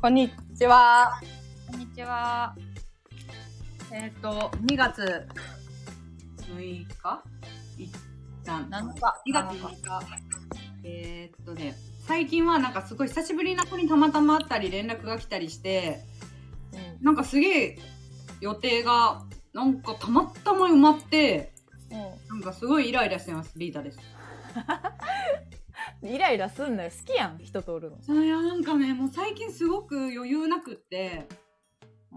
こんにちは。こんにちは。えっ、と、2月6日一旦7日。 2月6日。えーっとね、最近はなんかすごい久しぶりな子にたまたま会ったり連絡が来たりして、うん。なんかすげえ予定がなんかたまたま埋まって、なんかすごいイライラしてます、リータです。イライラすんなよ。好きやん、人通るの。いや、なんかね、もう最近すごく余裕なくって、う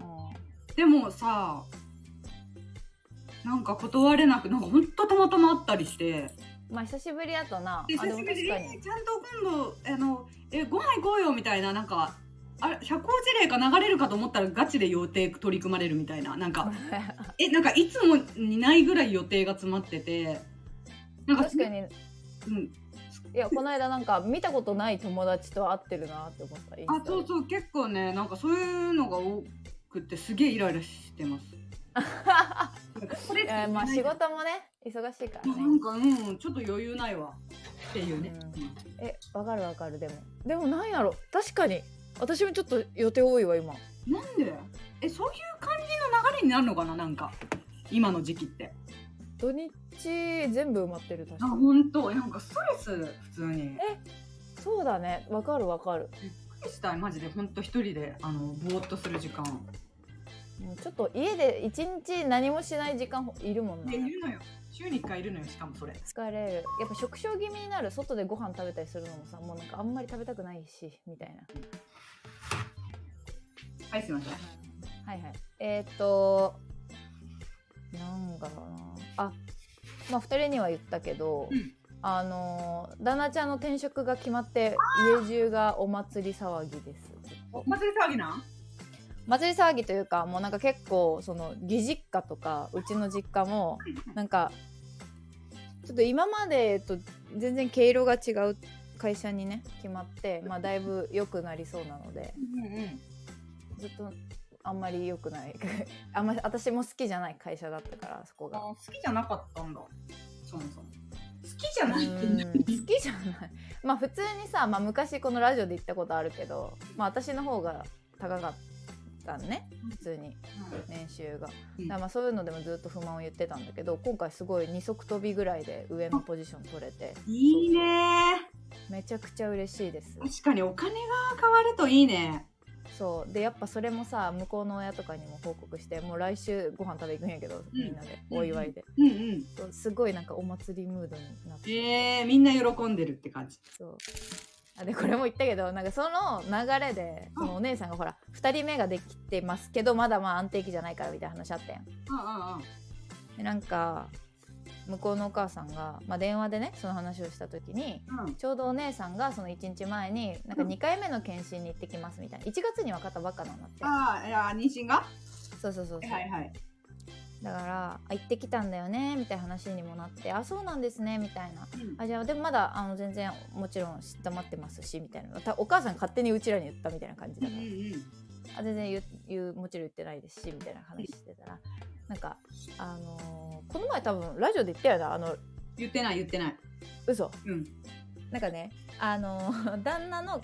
でもさ、なんか断れなく、なんかほんとたまたま会ったりして、ん。まあ、久しぶりやと な。であ、で久も確しぶりにかに。ちゃんと今度あのえご飯行こうよみたいななんかあれ社交辞令が流れるかと思ったらガチで予定取り組まれるみたいななん かえなんかいつもにないぐらい予定が詰まっててなんか確か、に。いうん、や、この間なんか見たことない友達と会ってるなって思った。あそうう。そう結構ねなんかそういうのが多くてすげえイライラしてますこれいや まあ、仕事もね、忙しいからなんね。かうんちょっと余裕ないわっていうね、うえ、わかるわかる、でも。でも、なんやろ。確かに。私もちょっと予定多いわ、今。うんなんでえそういう感じの流れになるのかななんか今の時期って土日全部埋まってる、確あかに。本当なんかストレス普通にびっそうだね。わかるわかる。くりしたいマジで本当一人であのぼーっとする時間うんちょっと家で一日何もしない時間いるもんな。でいるのよ週に1回いるのよしかもそれ疲れるやっぱ食傷気味になる外でご飯食べたりするのもさもうなんかあんまり食べたくないしみたいなはいすいませんはいはいえー、っとなんだろうなあまあ2人には言ったけど、うんあのー旦那ちゃんの転職が決まって家中がお祭り騒ぎですお祭り騒ぎなん祭り騒ぎというかもうなんか結構その義実家とかうちの実家もなんかちょっと今までと全然毛色が違う会社にね決まって、まあ、だいぶ良くなりそうなのでうんうんずっとあんまり良くない あんまり私も好きじゃない会社だったからそこあが。好きじゃなかったんだそもそも好きじゃうないってんね好きじゃないまあ普通にさ、まあ、昔このラジオで言ったことあるけど、まあ、私の方が高かったんね普通に年収が、うんだからまあそういうのでもずっと不満を言ってたんだけど今回すごい二足飛びぐらいで上のポジション取れていいねめちゃくちゃ嬉しいです確かにお金が変わるといいねそうでやっぱそれもさ向こうの親とかにも報告してもう来週ご飯食べ行くんやけどみんなでお祝いで、うんうんそうすごいなんかお祭りムードになってえー、みんな喜んでるって感じそうあでこれも言ったけどなんかその流れでそのお姉さんがほら2人目ができてますけどまだまあ安定期じゃないからみたいな話あったやんうんうんうんでなんか向こうのお母さんが、まあ、電話でねその話をした時にうんちょうどお姉さんがその1日前になんかうん2回目の検診に行ってきますみたいな1月に分かったばっかなんだってああいや妊娠がそうそうそうそう、はいはいだからあ「行ってきたんだよね」みたいな話にもなって「あそうなんですね」みたいなうん「あじゃあでもまだあの全然もちろん知ったまってますし」みたいなたお母さん勝手にうちらに言ったみたいな感じうんだうからんあ全然言う言うもちろん言ってないですしみたいな話してたらなんかあのーこの前多分ラジオで言ったよなあの言ってない言ってない嘘うんなんかねあの 旦那の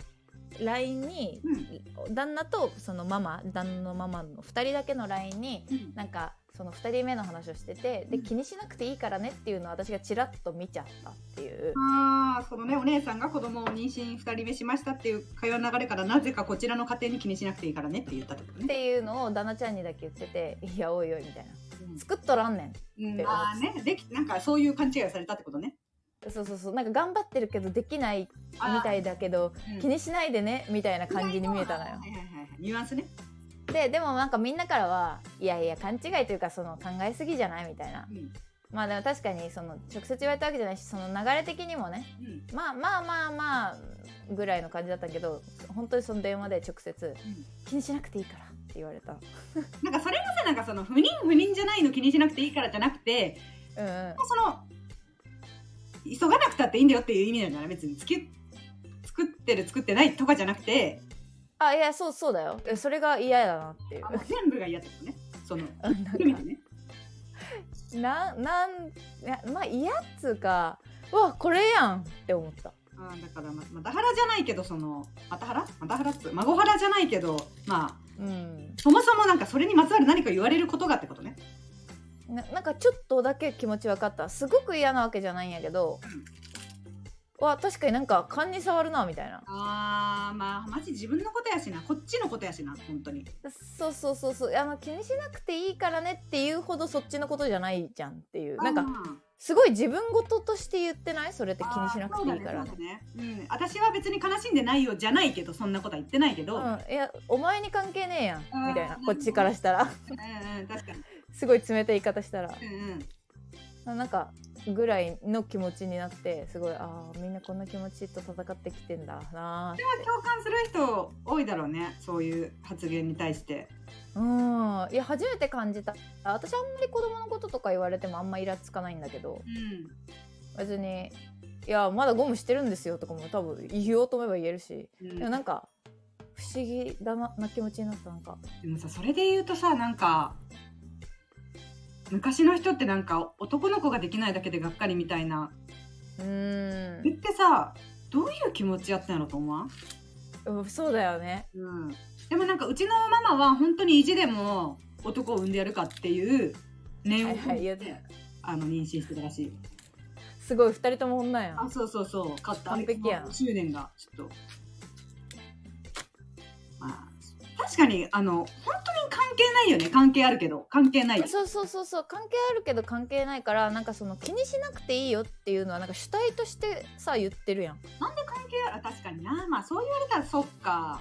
LINE にうん旦那とそのママ旦那のママの2人だけの LINE にうんなんかその2人目の話をしててで気にしなくていいからねっていうのを私がちらっと見ちゃったっていうああそのねお姉さんが子供を妊娠2人目しましたっていう会話の流れからなぜかこちらの家庭に気にしなくていいからねって言ったってことっね。ていうのを旦那ちゃんにだけ言ってて「いやおいおい」みたいなうん「作っとらんねんうん、ああねできなんかそういう勘違いをされたってことね。」そうそうそうなんか頑張ってるけどできないみあたいだけどーうん気にしないでねみたいな感じに見えたのはよいはいはいはいニュアンスね。ででもなんかみんなからは「いやいや勘違いというかその考えすぎじゃない?」みたいなうんうんまあでも確かにその直接言われたわけじゃないしその流れ的にもねまあまあまあまあぐらいの感じだったけど本当にその電話で直接うん「気にしなくていいから」って言われたなんかそれもさなんかその不妊不妊じゃないの気にしなくていいからじゃなくてうんうんその急がなくたっていいんだよっていう意味なんだね別につけ作ってる作ってないとかじゃなくてあいやそうそうだよいやそれが嫌だなっていうあもう全部が嫌ってことねそのうん なん意味かでね。 ななんいやまあ嫌っつうかうわこれやんって思ったあまあだからままた原じゃないけどそのまた原また原っつ孫原じゃないけどまあうんそもそもなんかそれにまつわる何か言われることがってことねななんかちょっとだけ気持ち分かったすごく嫌なわけじゃないんやけど、わ確かになんか勘に触るなみたいなあーまあマジ自分のことやしなこっちのことやしな本当にそうそうそうそうあの気にしなくていいからねっていうほどそっちのことじゃないじゃんっていうなんあかーすごい自分事として言ってないそれって気にしなくていいからあーそうだねそうだねうん、私は別に悲しんでないよじゃないけどそんなことは言ってないけど、うんうん、うん、いやお前に関係ねえやんあーみたいなるなほどこっちから したら確かに、すごい冷たい言い方したらうんうん、なんかぐらいの気持ちになってすごいあーみんなこんな気持ちと戦ってきてんだなー共感する人多いだろうねそういう発言に対してうんいや初めて感じたあ私あんまり子供のこととか言われてもあんまイラつかないんだけどうん別に「いやまだゴムしてるんですよ」とかも多分言おうと思えば言えるしうんでもなんか不思議だなな気持ちになったなんかでもさそれで言うとさなんか昔の人ってなんか男の子ができないだけでがっかりみたいなうーそれってさどういう気持ちやったんやろと思わん、んうんそうだよねうん、でもなんかうちのママは本当に意地でも男を産んでやるかっていう念をは込いはい言めうて、てあの妊娠してたらしいすごい二人とも女やんあそうそうそう勝った完璧やんあいつの執念がちょっとまあ確かにあの本当に関係ないよね関係あるけど関係ないそうそうそうそう関係あるけど関係ないからなんかその気にしなくていいよっていうのはなんか主体としてさ言ってるやんあ確かになまあそう言われたらそっか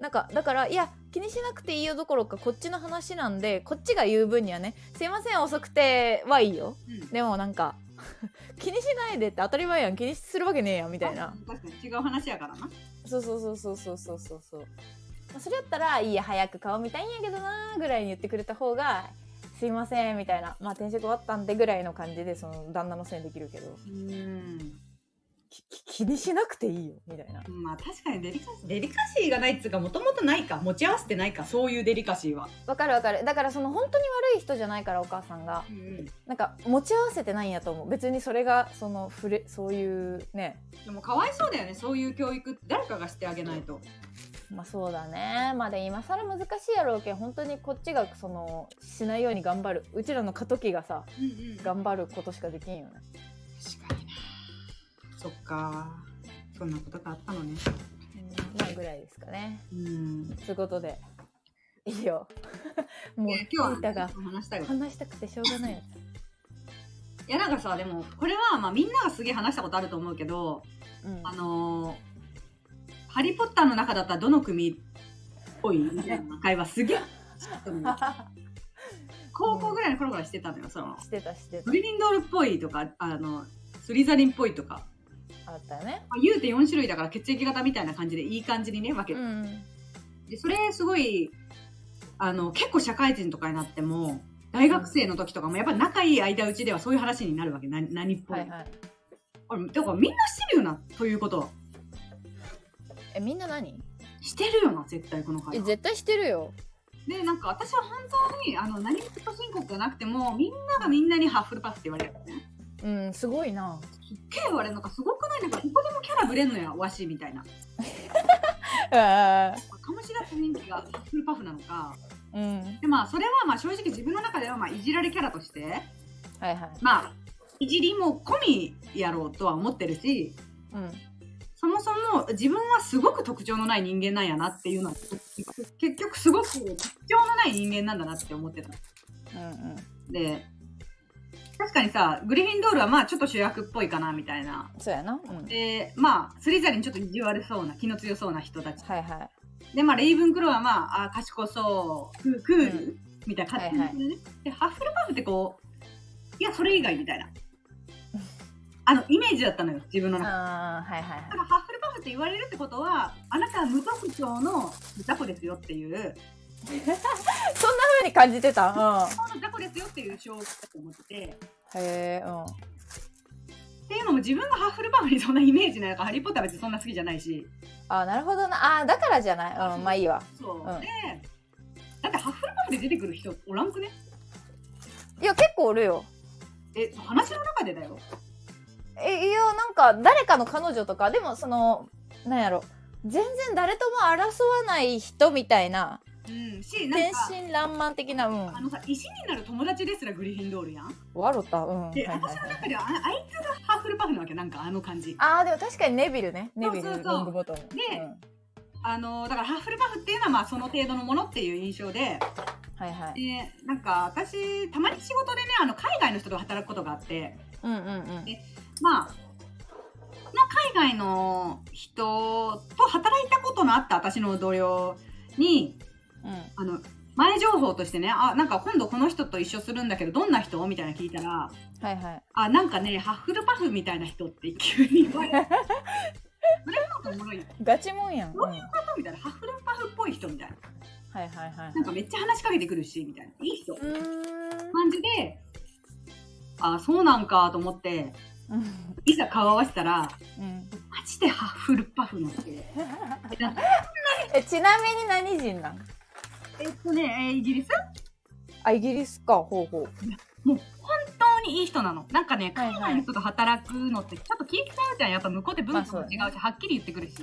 なんかだからいや気にしなくていいよどころかこっちの話なんでこっちが言う分にはね「すいません遅くて」はいいようんでもなんか 気にしないでって当たり前やん気にするわけねえやんみたいな確かに違う話やからなそうそうそうそうそうそうそうそうまあそれやったら「いいや早く顔見たいんやけどな」ぐらいに言ってくれた方が「すいません」みたいな「まあ転職終わったんで」ぐらいの感じでその旦那のせいにできるけどうんきき気にしなくていいよみたいなまあ確かにデリカシーデリカシーがないっつうかもともとないか持ち合わせてないかそういうデリカシーは、わかるわかるだからその本当に悪い人じゃないからお母さんがなんか持ち合わせてないんやと思う別にそれがその触れそういうねでもかわいそうだよねそういう教育って誰かがしてあげないとまあそうだねまあで今更難しいやろうけん本当にこっちがそのしないように頑張るうちらの過渡期がさうんうん確か頑張ることしかできんよねになそっかそんなことがあったのねうんまあぐらいですかねうんということでいいよ もうね今日はリータが話したいわ話したくてしょうがないやついやなんかさでもこれはまあみんながすげえ話したことあると思うけどうん あのーハリー・ポッター」の中だったらどの組っぽいみたいな会話すげえしてたのよ高校ぐらいの頃からしてたのよそのしてたしてグリリンドールっぽいとかあのスリザリンっぽいとか、たあったよねまあ、言うて4種類だから血液型みたいな感じでいい感じにね分けうて、んでそれすごいあの結構社会人とかになっても大学生の時とかもやっぱ仲いい間うちではそういう話になるわけな何っぽい、はいはいこれだからみんなしてるよなということはえみんな何してるよな絶対この会え話絶対してるよでなんか私は本当にあの何も自己申告がなくてもみんながみんなにハッフルパフって言われるのねうんすごいなすっげえ言われるのかすごくないなんかここでもキャラぶれんのやわしみたいなあ醸し出す雰囲気がハッフルパフなのかーうんでまあそれはまあ正直自分の中ではまあいじられキャラとしてはいはいまあいじりも込みやろうとは思ってるしうんそもそも自分はすごく特徴のない人間なんやなっていうのは結局すごく特徴のない人間なんだなって思ってたうんで確かにさグリフィンドールはまあちょっと主役っぽいかなみたいなうんそうやなうんでまあスリザリンちょっと意地悪そうな気の強そうな人たちはいはいでまあレイブンクローはまああー賢そうクークール、みたいな感じで,、ねでハッフルパフってこういやそれ以外みたいなあのイメージだったのよ自分の中であーはいはいだからハッフルパフって言われるってことはあなたは無特徴の雑魚ですよっていうはいそんな風に感じてたうんその雑魚ですよっていう証拠だと思ってて。へえうんっていうのも自分がハッフルパフにそんなイメージないからハリー・ポッターは別にそんな好きじゃないしあーなるほどなあーだからじゃないうんまあいいわそう、んでだってハッフルパフで出てくる人おらんくねいや結構おるよえ話の中でだよええいやなんか誰かの彼女とかでもそのなんやろ全然誰とも争わない人みたいなうんしなん天か真爛漫的なうんあのさ石になる友達ですらグリフィンドールやんわろたうんはいではいはい私の中ではああいつがハーフルパフなわけなんかあの感じあーでも確かにネビルねネビルそうリそうそうングボトムでうんあのだからハーフルパフっていうのはまあその程度のものっていう印象ではいはいでなんか私たまに仕事でねあの海外の人と働くことがあってうんうんうんでまあの海外の人と働いたことのあった私の同僚にうんあの前情報としてねあなんか今度この人と一緒するんだけどどんな人みたいな聞いたらはいはいあなんかねハッフルパフみたいな人って急に言われてそれなんかおもろいことガチもんやんうんはいみたいなハッフルパフっぽい人みたいなはいはいはいなんかめっちゃ話しかけてくるしみたいないい人うーん感じであそうなんかと思ってうんいざ顔合わせたらうんマジでハッフルパフの人でなんかえちなみに何人なんえっとねえーイギリスあイギリスかほうほうもう本当にいい人なのなんかねはい海はい外の人と働くのってちょっと気使うじゃんやっぱ向こうって文まあ化も違うし、そはっきり言ってくるし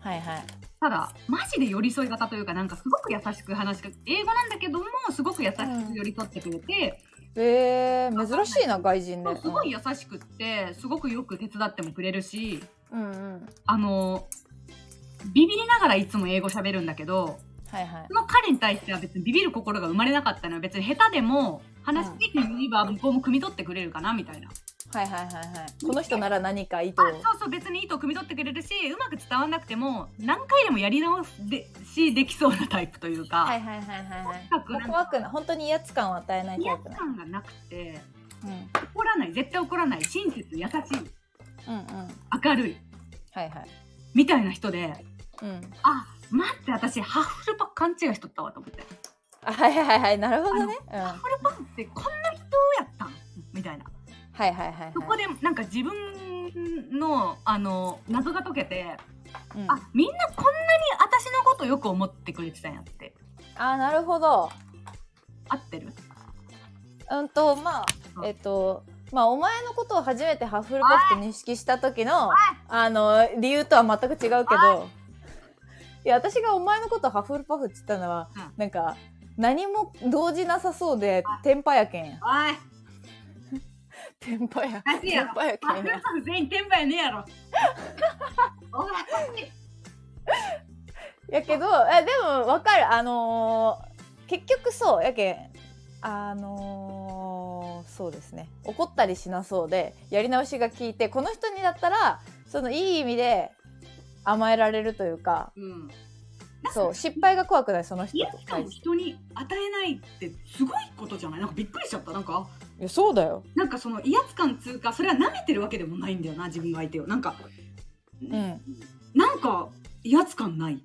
はいはいただマジで寄り添い方というかなんかすごく優しく話しか英語なんだけどもすごく優しく寄り添ってくれて、えー、珍しいな外人でもうすごい優しくってすごくよく手伝ってもくれるしうんうんあのビビりながらいつも英語喋るんだけどはいはいその彼に対しては別にビビる心が生まれなかったのは別に下手でも話してみれば向こうも汲み取ってくれるかなみたいな。はいはいはいはいこの人なら何かいいとあそうそう別に意図を汲み取ってくれるしうまく伝わんなくても何回でもやり直すでしできそうなタイプというか、はいはいはいはいはいとにかくなんか怖くない本当に威圧感を与えない嫌タイプな感がなくてうん怒らない絶対怒らない親切優しいうんうん明るいはいはいみたいな人でうんあ待って私ハッフルパフ勘違いしとったわと思ってあはいはいはいはいなるほどねうんハッフルパフってこんな人やったんみたいなはいはいはいそこはいでなんか自分のあの謎が解けてうんあみんなこんなに私のことよく思ってくれてたんやってあなるほど合ってるうんとまあうんえっとまあお前のことを初めてハッフルパフと認識した時のあの理由とは全く違うけどいや私がお前のことをハッフルパフって言ったのは、うんなんか何も動じなさそうでテンパやけんやおいテンパやおかしいやテンろパやけハッんフルやパフ全員転売ねえ やろおいやけどえでもわかるあのー結局そうやけんあのーそうですね怒ったりしなそうでやり直しが効いてこの人にだったらそのいい意味で甘えられるというかうんそう失敗が怖くないその人家と期間を人に与えないってすごいことじゃないなんかびっくりしちゃったなんかいやそうだよなんかその威圧感通過それは舐めてるわけでもないんだよな自分が相手をなんか、うんなんか威圧感ない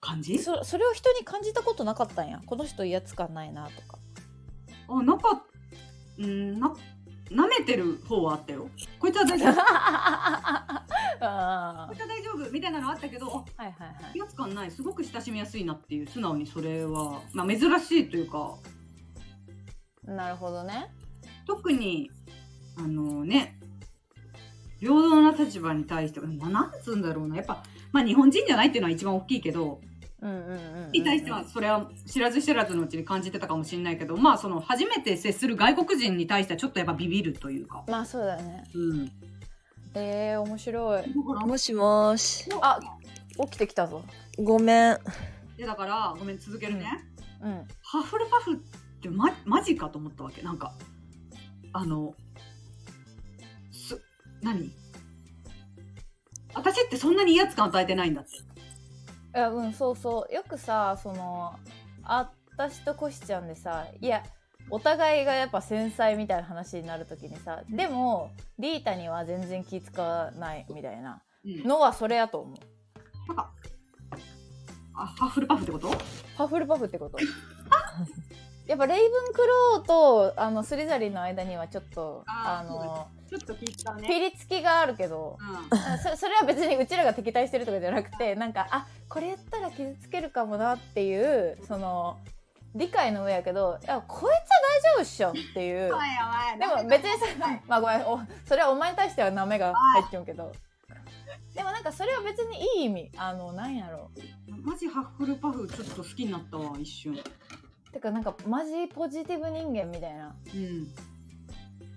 感じそそれを人に感じたことなかったんやこの人威圧感ないなと かあなんかうんな舐めてる方はあったよこいつは大 丈夫こあいつは大丈夫みたいなのあったけどあーはいはいは威い圧感ないすごく親しみやすいなっていう素直にそれは、まあ、珍しいというかなるほどね特にあのね平等な立場に対してななんつうんだろうなやっぱ、まあ、日本人じゃないっていうのは一番大きいけどうんうんうんうんうんに対してはそれは知らず知らずのうちに感じてたかもしれないけどまあその初めて接する外国人に対してはちょっとやっぱビビるというか。まあそうだよねうん、えー、面白いもしもーし。あ起きてきたぞごめん。でだからごめん続けるね、うんハフルパフって、ま、マジかと思ったわけなんかあのす何私ってそんなに威圧感与えてないんだっていやうんそうそうよくさそのあ私とコシちゃんでさいやお互いがやっぱ繊細みたいな話になるときにさでもリータには全然気使わないみたいなうんのはそれやと思うなんか、あ、ハッフルパフってことパフルパフってこと やっぱレイブンクローとあのスリザリンの間にはちょっとああーのちょっと気使うピ。リつきがあるけどうん。 そそれは別にうちらが敵対してるとかじゃなくてなんかあこれやったら傷つけるかもなっていうその理解の上やけどいやこいつは大丈夫っしょっていうでも別にさまあごめんおそれはお前に対してはなめが入っちゃうけどでもなんかそれは別にいい意味あのなんやろマジハッフルパフちょっと好きになったわ一瞬てかなんかマジポジティブ人間みたいなうん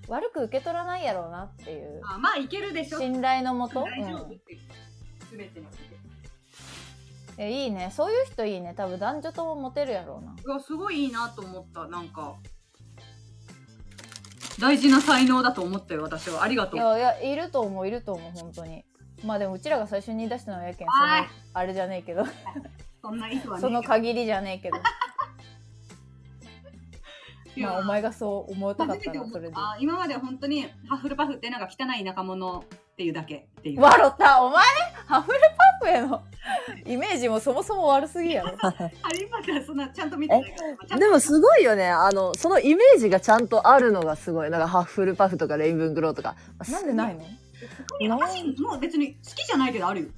悪く受け取らないやろうなっていうあまあいけるでしょ信頼のもと、大丈う夫んって全てにおいてえいいねそういう人いいね多分男女ともモテるやろうないやすごいいいなと思ったなんか大事な才能だと思ったよ私はありがというやいやいると思ういると思う本当にまあでもうちらが最初に言い出したのはやけんそのはいあれじゃねえけどそんな意図はねその限りじゃねえけどいやまあお前がそう思いたかっ初ためてら思それっでたあ今までは本当にハッフルパフってなんか汚い仲者っていうだけっていう笑ったお前ハフルパフへのイメージもそもそも悪すぎやろハリーポッターそんなちゃんと見てないからちゃんとでもすごいよね。あの、そのイメージがちゃんとあるのがすごい。なんか、ハッフルパフとかレインブングローとか。なんでないいの私もう別に好きじゃないけどある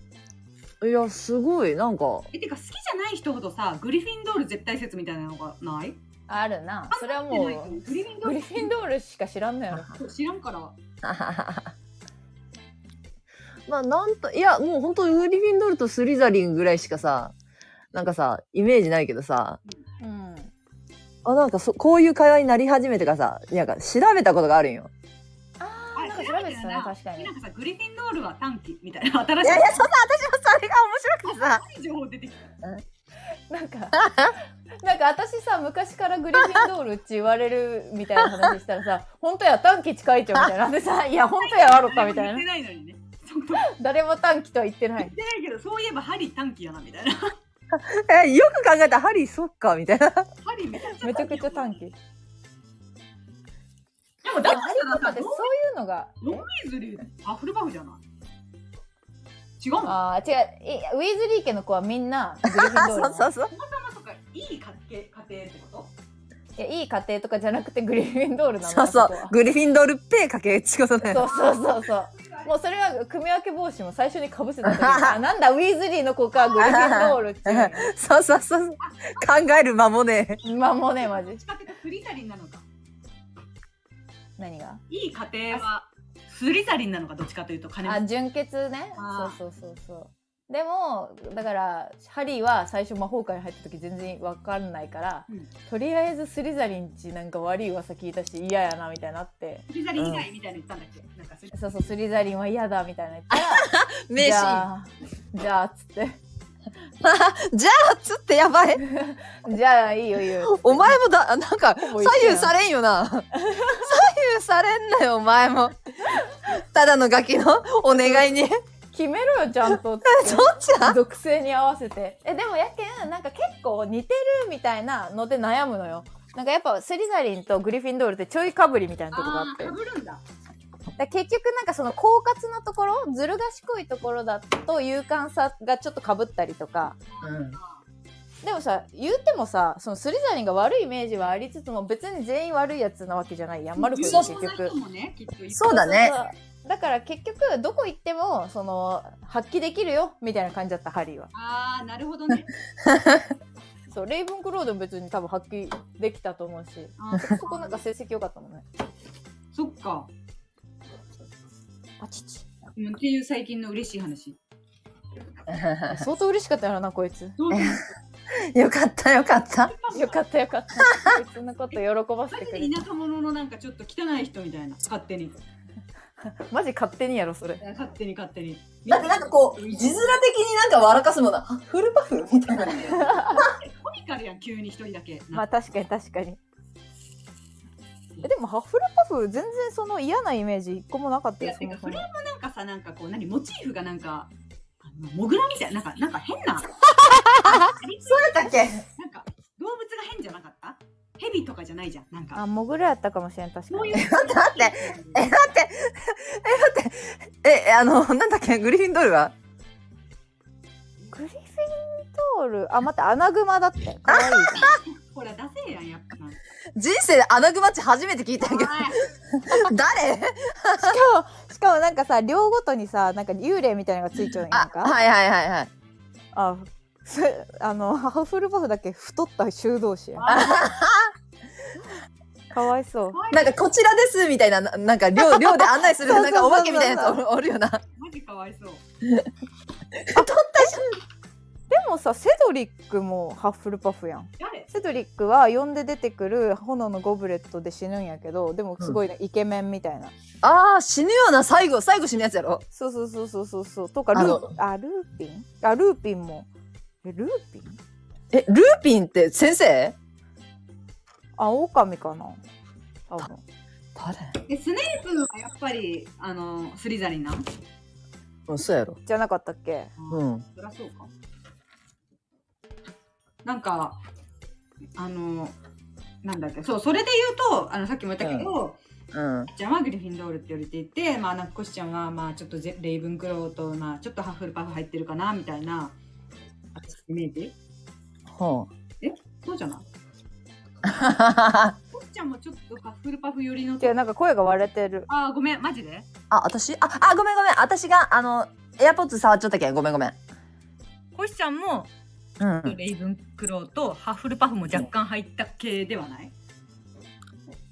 よいや、すごい。なんか、 えてか好きじゃない人ほどさグリフィンドール絶対説みたいなのがないあるなそれはも見てないと思うグリフィンドグーリルフィンドールしか知らんのやろ知らんからまあ、なんと、いや、もう本当グリフィンドールとスリザリンぐらいしかさ、なんかさ、イメージないけどさ、うんあ、なんかそ、こういう会話になり始めてからさ、なんか調べたことがある んよ。ああーなんか調べてたねな確かになんかさグリフィンドールは短期みたいな新しいやいや、そんな私もそれが面白くてさ、い情報出てきたなんかなんか私さ昔からグリフィンドールって言われるみたいな話したら さ「本当や短期近いちゃう」みたいなでさ「いや本当やわろった」みたい言っなてないのにねそう言誰も短期とは言ってないっ。てないけどそういえばハリー短期やなみたいなハ え、よく考えたら、ハリー、そっか、みたいな。リーめちゃくちゃめちゃくちゃ短期期。でやもんでももだっハリー・ポッタたーらっさてロそういうのがンウィズリーハッフルパフじゃない違うのああー違ういウィズリー家の子はみんなグリフィンドー そルうなのそうそう。そっかいい家庭家庭ってこといやいい家庭とかじゃなくてグリフィンドールなのそうそあうこは。グリフィンドールペイかけってことだよね。そうそうそうそうもうそれは組み分け帽子も最初にかぶせた時に あなんだウィズリーの子かグリフィンドールっていうそうそうそう。考える間もね。今もうねマジどっちかっていうとスリザリンなのか何がいい家庭はスリザリンなのかどっちかというと金持あち純血ねあーそうそうそうそうでもだからハリーは最初魔法界に入った時全然わかんないから、うんとりあえずスリザリンちなんか悪い噂聞いたし嫌やなみたいになってスリザリン以外みたいなの言ったんだっけ、なんかスリそうそうスリザリンは嫌だみたいな言ったら名じシーン。ゃあじゃあっつって じゃあ、つってやばい。じゃあいいよいいよお前もだ、なんか、もう一緒やん左右されんよな。左右されんなよ、お前も。ただのガキのお願いに。決めろよちゃんとっそ てっちだ。属性に合わせてえでもやけんなんか結構似てるみたいなので悩むのよなんかやっぱスリザリンとグリフィンドールってちょいかぶりみたいなとこがあってかぶるんだだから結局なんかその狡猾なところずる賢いところだと勇敢さがちょっとかぶったりとかでもさ言うてもさそのスリザリンが悪いイメージはありつつも別に全員悪いやつなわけじゃないやん丸くん結そそううそ局うな人もねきっといるそうだねそうそうだから結局どこ行ってもその発揮できるよみたいな感じだったハリーはああなるほどねそうレイブンクロードも別に多分発揮できたと思うしあーそこなんか成績良かったもんねそっかあちちうんっていう最近の嬉しい話相当嬉しかったよなこい つどうぞ よかった、よかった。よかったよかったこいつのこと喜ばせマてジくれでて田舎者のなんかちょっと汚い人みたいな勝手にマジ勝手にやろそれ勝手に勝手に面的になんか笑かすもんな。フルパフみたいな。コミカルやん急に一人だけまあ確かに確かにえでもハッフルパフ全然その嫌なイメージ一個もなかったいよやそてもかそそもれもなんかさなんかこう何モチーフがなんかあのモグラみたいななんかなんか変ななんかだっけなんか動物が変じゃなかったヘビとかじゃないじゃんなんあかモグラやったかもしれん確そかういに うえ待ってえ、だって、え、だって、え、あの、なんだっけ、グリフィンドールはグリフィンドールあ待ってアナグマだ ってかわいいほらダセえやんやっぱなんか人生でアナグマッチ初めて聞いたんや けど、誰じゃんしかもしかもなんかさ量ごとにさなんか幽霊みたいなのがついちゃうんやんあ、かはいはいはいはい。あ不そ あのハフルバフだけ太った修道 士やかわいそうなんかこちらですみたいな、ななん か寮、寮で案内する、そうなそうんそうそうかお化けみたいなやつおおるよな。マジかわいそう。でもさセドリックもハッフルパフやん誰セドリックは呼んで出てくる炎のゴブレットで死ぬんやけどでもすごいね、イケメンみたいなああ、死ぬような、最後、最後死ぬやつやろ。そうそうそうそうそうそうとかルあーのあルーピンあルーピンもえルーピンえ、ルーピンって先生あオオカミかな多分誰え、スネープはやっぱり、あの、スリザリンなんうん、そうやろ。じゃなかったっけうん。そりゃそうか。なんか、あの、なんだっけ、そう、それで言うと、あの、さっきも言ったけど、うん。ジャマーグリフィンドールって言われていて、まあ、ナッコシちゃんは、まあ、ちょっとゼレイブンクローと、まあ、ちょっとハッフルパフ入ってるかな、みたいな、イメージほ。そうじゃないうコシちゃんもちょっとハッフルパフ寄りのじゃなんか声が割れてるああ、ごめん、マジであ、私あ、あ、ごめんごめん。私が、あの、エアポッツ触っちゃったけん。ごめんごめん。コシちゃんも、うん。レイブンクローとハッフルパフも若干入った系ではない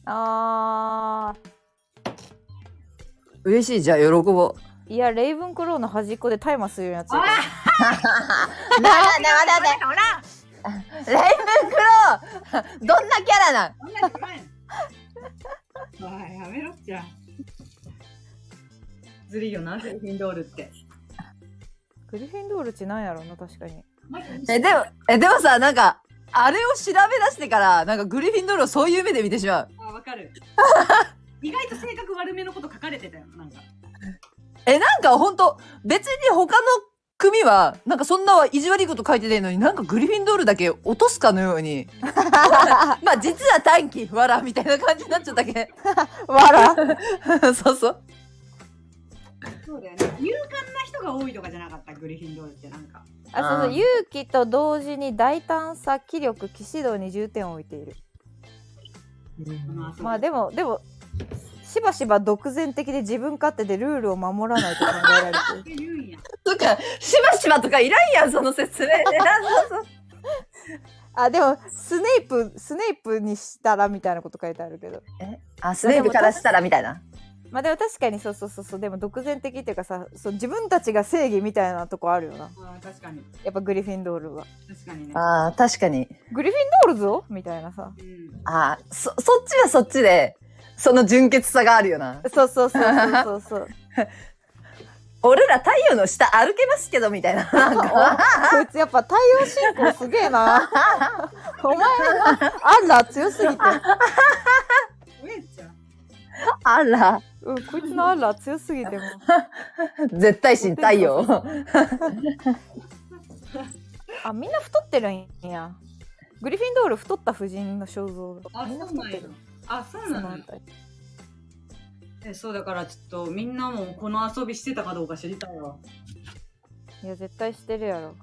あ嬉しい。じゃあ、喜ぼう。ーいやレイブンクローの端っこでタイマーするやつやなだなだなほらレイ ブンクロー どんなキャラなんそんなにうまいのおいやめろっちゃずるいよなセルフィンドールってグリフィンドールちなんやろな確かにえ、でも、え、でもさ、なんか、あれを調べ出してから、なんかグリフィンドールをそういう目で見てしまう。あわかる意外と性格悪めのこと書かれてたよなんかえ、なんかほんと、別に他の組は、なんかそんな意地悪いこと書いてないのに、なんかグリフィンドールだけ落とすかのよう に。まあ実は短期、わら、みたいな感じになっちゃったけわらん。 そうそう。そうだよね勇敢な人が多いとかじゃなかったグリフィンドールってなんかあそううん勇気と同時に大胆さ気力騎士道に重点を置いているまあそうまあでもでもしばしば独善的で自分勝手でルールを守らないと考えられているっ て言うんやとか、しばしばとかいらんやん、その説 明。あでもスネイプスネイプにしたらみたいなこと書いてあるけどえ、あ、スネープからしたらみたいな。まあでも確かにそうそうそうそうでも独善的っていうかさそう自分たちが正義みたいなとこあるよなあー確かにやっぱグリフィンドールは確かにねああ、確かに。グリフィンドールぞみたいなさうんああ、そ、そっちはそっちで、その純潔さがあるよな。そうそうそうそうそうそう俺ら太陽の下歩けますけど、みたいな。なんおか。こいつやっぱ太陽信仰すげえなお前があら強すぎておえちゃん あら、うんこいつのあら強すぎてもう絶対神太陽。あみんな太ってるんやグリフィンドール太った婦人の肖像あみんなそう太っなんてやるあそうそなののあたりえそうだからちょっとみんなもこの遊びしてたかどうか知りたいわ知っいや絶対してるやろて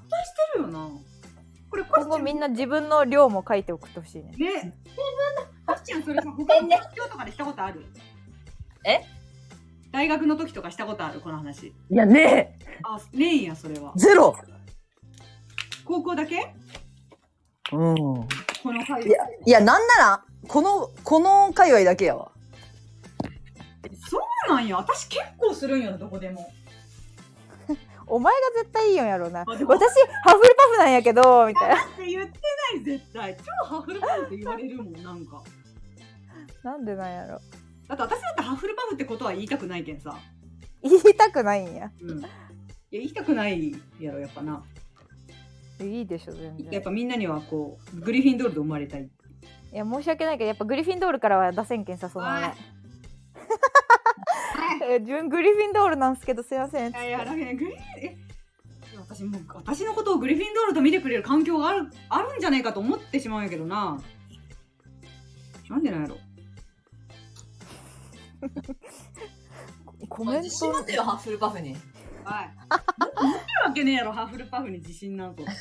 るよなこれコ今後みんな自分の量も書いて送ってほしいねねコシちゃんそれさ他の学校とかでしたことあるえ大学の時とかしたことあるこの話 いやねえ、あねえんやそれはゼロ。高校だけうん。この回いや、いや、なんなら、この、この界隈だけやわ。そうなんや私結構するんやなどこでもお前が絶対いいよんやろうなあ私でハフルもパフなんやけどみたいなだって言ってない絶対超ハフルパフって言われるもんなんかなんでなんやろだって私だってハフルパフってことは言いたくないけんさ、言いたくないんやうん、いや言いたくないやろやっぱないいでしょ全然やっぱみんなにはこうグリフィンドールで生まれたいいや申し訳ないけどやっぱグリフィンドールからは出せんけんさそのまはまい え自分グリフィンドールなんすけどすいませんいやいやだけどグリーンえ私もう私のことをグリフィンドールと見てくれる環境があるあるんじゃないかと思ってしまうんやけどななんでなんやろコメントてよ、ハッフルパフに。いはい持ってるわけねえやろハーフルパフに自信なんとハ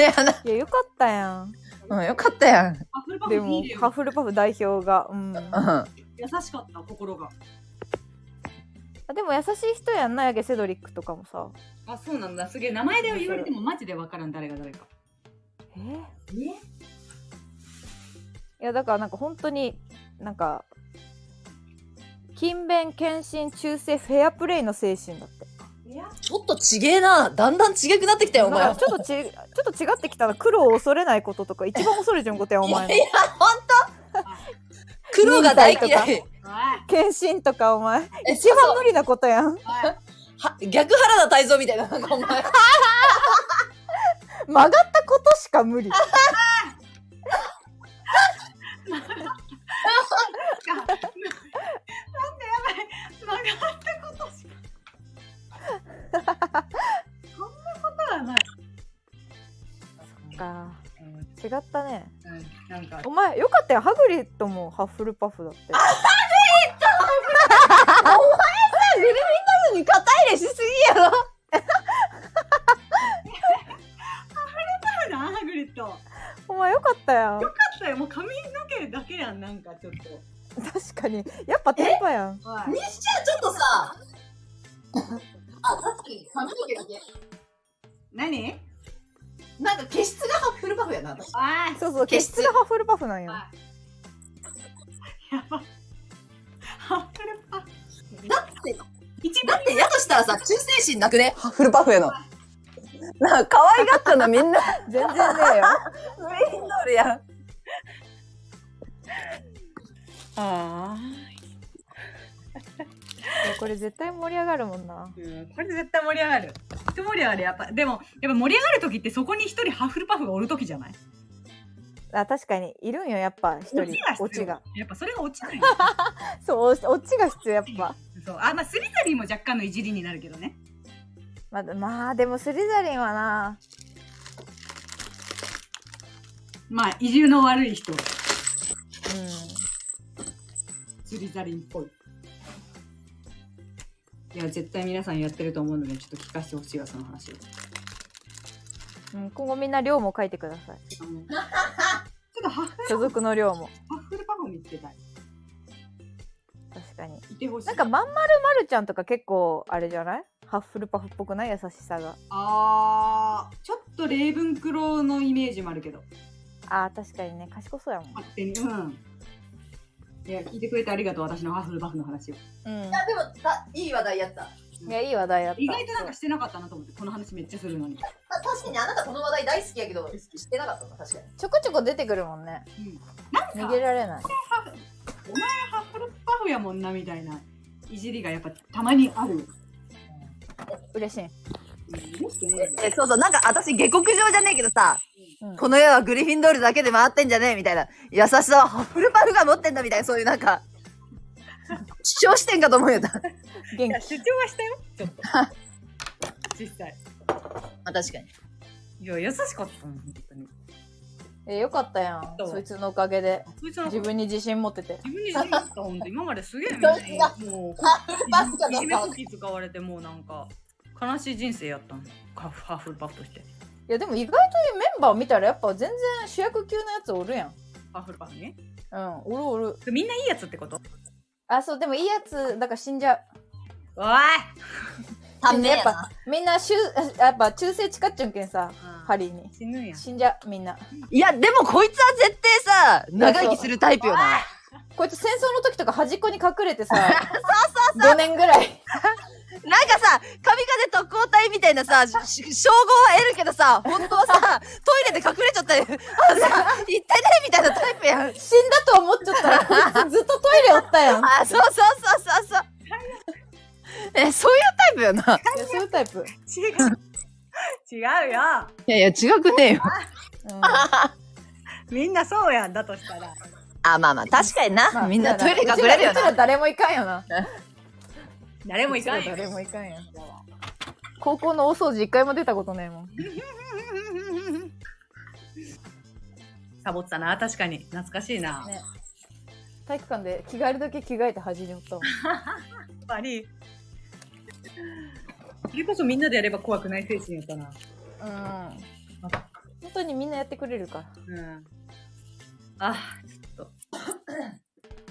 や、ないやよかったやんうん、よかったやん。うん。ーフルパフでいもいハよフルパフ代表がうんあ優しかった心があでも優しい人やんなやけセドリックとかもさあそうなんだすげえ名前で言われてもマジで分からん誰が誰かえーえいやだからなんか本当になんか勤勉献身忠誠フェアプレイの精神だっていやちょっとちげえな。だんだんちげくなってきたよ、お前。なんかちょっとちちょっと違ってきたら苦労を恐れないこととか一番恐れじゃんことやおいや前いのや、ほんと黒が大嫌い。はい献身とかお前え一番無理なことやんはいは逆原田泰造みたいな、なんかお前。曲がったことしか無理なんでやばい曲がったことしかそんなことはない、かうん違ったねうん、なんかお前よかったよハグリッドもハッフルパフだってグリフィンドールに肩入れしすぎやろ。なハグリッドお前よかったよそうよもう髪の毛だけやんなんかちょっと確かにやっぱテンパやんはいにしちゃちょっとさ。あ、確かに髪の毛だけ。何なんか毛質がハッフルパフやな。私あそうそう毛毛質質がハッフルパフなんよあやばハッフルパフだって、一だってやとしたらさ、忠誠心なくね。ハッフルパフやの。な可愛がったのみんな。全然ねえよグリフィンドールやん。あいやこれ絶対盛り上がるもんなうんこれ絶対盛り上がる一盛り上がるやっぱでもやっぱ盛り上がる時ってそこに一人ハッフルパフがおる時じゃないあ確かにいるんよやっぱ一人オチがやっぱそれが落ちないそうオチが必要やっぱそうあまあスリザリーも若干のいじりになるけどねまだまあでもスリザリンはなまあ移住の悪い人うスリザリンっぽいいや絶対皆さんやってると思うのでちょっと聞かせてほしいわその話をん、うん、今後みんな量も書いてくださいちょっとハッフル所属の量もハッフルパフ見つけたい。確かにいてほしい。なんかまんまるまるちゃんとか結構あれじゃないハッフルパフっぽくない優しさがあーちょっとレイブンクローのイメージもあるけど。あー確かにね賢そうやもん勝手に。うん。いや、聞いてくれてありがとう、私のハッフルパフの話を。うんでも、たいい話題やった。いやいい話題だった意外となんかしてなかったなと思って、この話めっちゃするのに。た確かにあなたこの話題大好きやけど、知ってなかったな、確かに。ちょこちょこ出てくるもんねうん。なん逃か、げられないお前ハッフルパフやもんなみたいな。いじりがやっぱたまにある。嬉しいうんよくねえそうそう、なんか私、下克上じゃねえけどうさ、んこの世はグリフィンドールだけで回ってんじゃねえみたいな、優しさはハッフルパフが持ってんだみたいな、そういうなんか、主張してんかと思うよ。ま元い気や主張はしたよ、ちょっと。 実際。あ確かに。いや、優しかったもん、本当に。えよかったやんそうそいつのおかげでそいつの自分に自信持ってて自分に自信あった、ほんと。今まです げえ、どっちがもう、バスかいどじうめかとき使われてもうなんか悲しい人生やったのハフハーフルパフとしていやでも意外とメンバー見たらやっぱ全然主役級のやつおるやんハーフルパフねうんおるおるみんないいやつってことあそうでもいいやつだから死んじゃうおい、たみんなやっぱみんなしゅ やっぱ中性チカっちゅんけんさハリーに死ぬやん死んじゃうみんないや、でもこいつは絶対さ、長生きするタイプよな。こいつ戦争の時とか端っこに隠れて さ5年ぐらいなんかさ、神風特攻隊みたいなさ、しし称号は得るけどさ、本当はさ、トイレで隠れちゃったり、あのさ、行ったねみたいなタイプやん。死んだと思っちゃった らこいつずっとトイレおったやんいあ、そうそうそうそうそう。え、そういうタイプよな。やそういうタイプ、違う 違うよいやいや、違くねえよ。うん、みんなそうやんだとしたらあ、まあまあ、確かにな。まあみんなトイレ隠れるようちらうちらな。誰も行かんよな誰もいかんうちらよ誰も行かんやん高校の大掃除一回も出たことねえもんサボったな確かに懐かしいな、ね体育館で着替えるだけ着替えて端におったもんやっぱりそれこそみんなでやれば怖くない精神やったなうん本当にみんなやってくれるかうんあら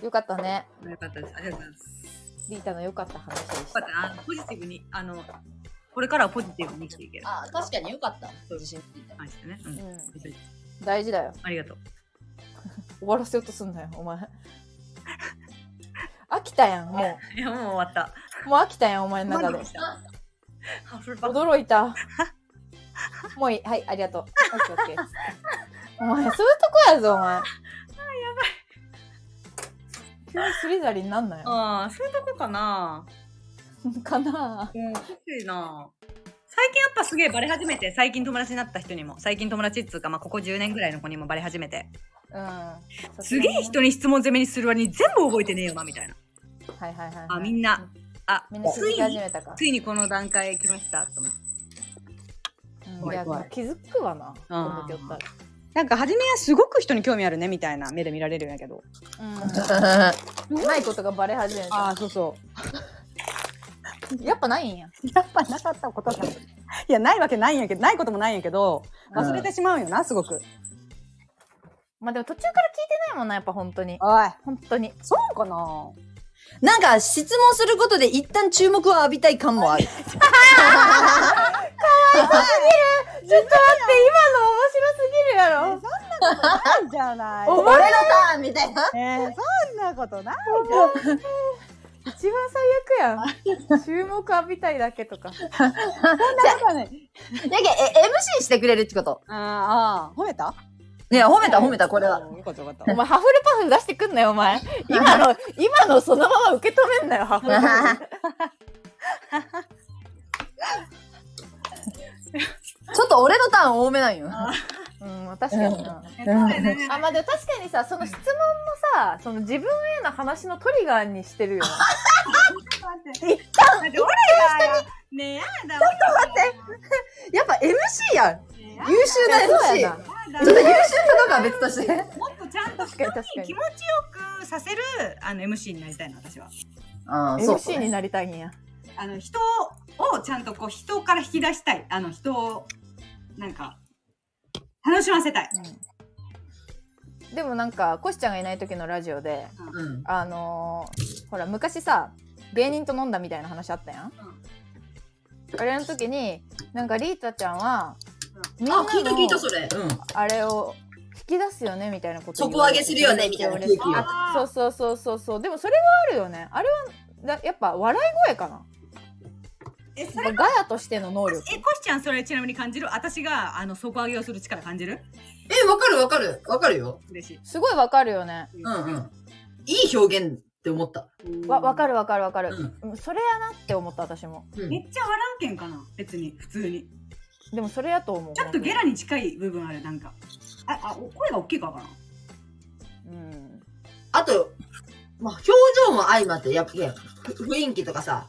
よかったねよかったですありがとうございますリータの良かった話でしたかっ。たあのポジティブにあのこれからはポジティブに生きていけるああ、確かによかった。自信ついた。感じだね、うんうん、大事だよ。ありがとう終わらせようとすんなよ、お前。飽きたやん、もいやもう終わったう。もう飽きたやん、お前の中で満足。 したハーフルパフ驚いた。もういい。はい、ありがとう。オッケーオッケー。お前、そういうとこやぞ、お前。あ、やばい。急にスリザリになんなよ。ああそういうとこかなかなうん、欲しいな最近やっぱすげえバレ始めて最近友達になった人にも最近友達っつうか、まあ、ここ10年ぐらいの子にもバレ始めてうん。すげえ人に質問攻めにする割に全部覚えてねえよなみたいなはいはいはいはい。あみんな。あみんな気つづいき始にめたか。ついにこの段階来ましたと思ってうん、いや、怖い怖い気づくわな。うんこんだけおったらなんか初めはすごく人に興味あるねみたいな目で見られるんやけどうごいん。ないことがバレ始めた。あそうそうやっぱないんや。やっぱなかったことがいやないわけないんやけどないこともないんやけど忘れてしまうよなすごくまあでも途中から聞いてないもんな、やっぱ本当に。おい本当に。そうかな なんか質問することで一旦注目を浴びたい感もあ る。ちょっと待って、今の面白すぎるやじゃないろ。お俺前のターンみたいな。えー、そんなことない一番最悪やん。注目浴びたいだけとか。からねだけど、え、MC してくれるってこと。あーあー褒めたねえ褒めた褒めた、これは。よかったよかったお前、ハフルパフ出してくんなよ、お前。今の、今のそのまま受け止めんなよ、ハフルパ フ。 ちょっと俺のターン多めなんよ。うん、確かにな。あ、まあでも確かにさ、その質問もさ、その自分への話のトリガーにしてるよな。俺がねやだちょっやっぱ MC やん。と待って優秀な MC。いちやょそうっと優秀なのかは別として。もっとちゃんと人確かに確かにに気持ちよくさせるあの MC になりたいな私はああ、やな。 そう。 MC になりたいんや。あの人をちゃんとこう人から引き出したいあの人をなんか楽しませたいうんでもなんか、コシちゃんがいない時のラジオで、うん。あのーほら昔さ芸人と飲んだみたいな話あったやん、あれの時になんかリータちゃんは、みんなあの、聞いた聞いた、それ。うん。あれを引き出すよねみたいなこと底上げするよねみたいな空気をあそうそうそうそうそうでもそれはあるよねあれはだやっぱ笑い声かなえそやれっぱガヤとしての能力えコシちゃんそれちなみに感じる私があの底上げをする力感じるえ、わかるわかる。わかるよ。嬉しいすごいわかるよねうんうん。いい表現って思った。わわかるわかるわかうる、ん。うんそれやなって思った私もうんめっちゃ笑うけんかな別に普通にでもそれやと思うちょっとゲラに近い部分あるなんかああお声が大きいからかなうんあと、まあ、表情も相まって、やっぱね、ふ雰囲気とかさ。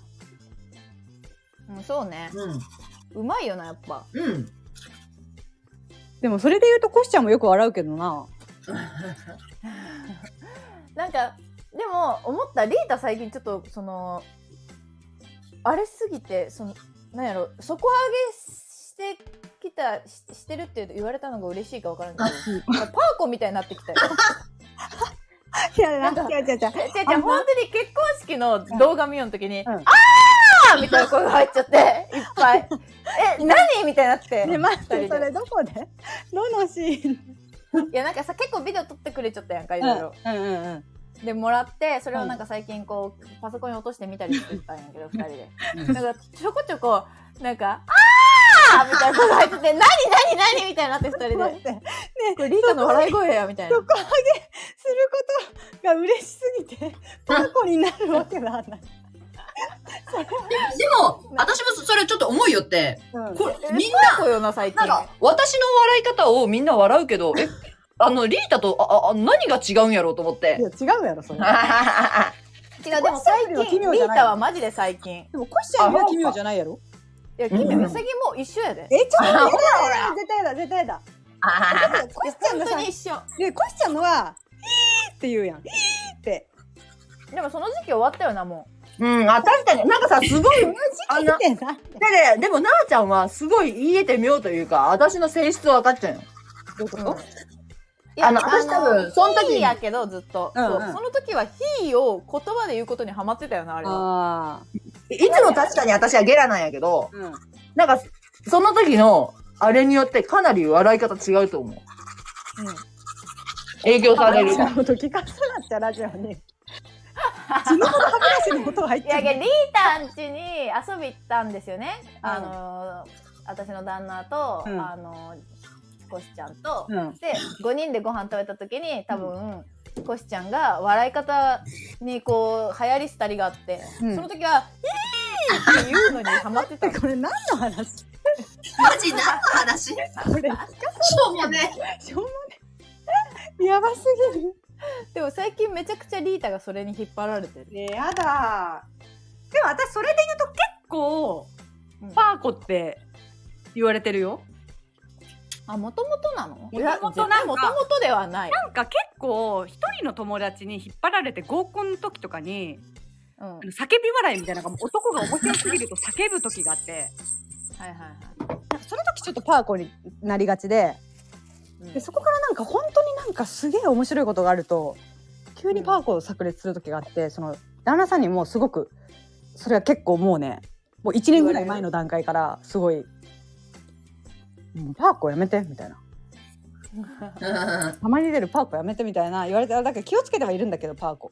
うん、そうねうん。うまいよなやっぱうん。でもそれで言うとコシちゃんもよく笑うけどななんかでも思ったリータ最近ちょっとそのあれすぎてそのなんやろ底上げしてきたししてるって言われたのが嬉しいか分からんけどなんかパーコみたいになってきたよ。いやなんか違う違う違う違う違うあんな本当に結婚式の動画見よんときに「うんあー!」みたいな声が入っちゃっていっぱい「え何?」みたいになって、ね待っ二て人そでれどこでどのシーンいやなんかさ結構ビデオ撮ってくれちゃったやんかいろいろ。うんうんうんでもらってそれをなんか最近こうパソコンに落としてみたりしてたんやけど二人でうんなんかちょこちょこなんか「あー!」みたいな声が入ってて「何何何?」みたいになって二人で待ってね「これリータの笑い声や」みたいな底上げすることが嬉しすぎてパコになるわけだない、でも、私もそそれちょっと思いよって、うんこれえみんパーコよな最な、近なんか、私の笑い方をみんな笑うけど、え、あの、リータと、あ、あ、何が違うんやろうと思って い。や違うやろそれ。違うでも最コシちゃんよりは奇近妙リーじゃないタはマジで最近でもコシちゃんよりは奇妙じゃないやろ。いやうん君ウサギも一緒やでえちょっとあやほだ絶対だ絶対だ。だってコいシやちゃ本んが当さに、一緒ねコシちゃんのはイーって言うやん。イーって。でもその時期終わったよなもうん、あ、確かに、なんかさ、す ごい、あの、ってなんでで、でも、なあちゃんは、すごい言えてみようというか、私の性質分かっちゃうよ。どういうこう、と？うんいやあの私多分その時にヒーやけどずっと、うんうんそうその時はヒーを言葉で言うことにハマってたよなあれはああ。いつも確かに私はゲラなんやけど、うん。なんか、その時の、あれによってかなり笑い方違うと思う。影響される。ラジオと聞かせなってラジオに。地元の歯ブラシの音入っいやていやる。リータん家に遊び行ったんですよね、あの私の旦那と、うんあのコシちゃんと、うん。で5人でご飯食べた時に多分、コシちゃんが笑い方にこう流行りしたりがあって、うんその時は「イエーイ!」って言うのにハマってた でこれ何の話？マジ何の話しこれょうもね。しょうもね。やばすぎる。でも最近めちゃくちゃリータがそれに引っ張られてる、ねえやだ。でも私それで言うと結構うんパーコって言われてるよあもともとなのも元々なんかもともとではない、なんか結構一人の友達に引っ張られて合コンの時とかにうん、はいあの叫び笑いみたいなのが男が面白すぎると叫ぶ時があってはいはい、その時ちょっとパーコになりがちで、うんでそこからなんか本当になんかすげえ面白いことがあると急にパーコを炸裂する時があって、その旦那さんにもすごくそれは結構もうねもう1年ぐらい前の段階からすごい「もうパーコやめて」み たいな「たまに出るパーコやめて」みたいな言われてだから気をつけてはいるんだけどパーコ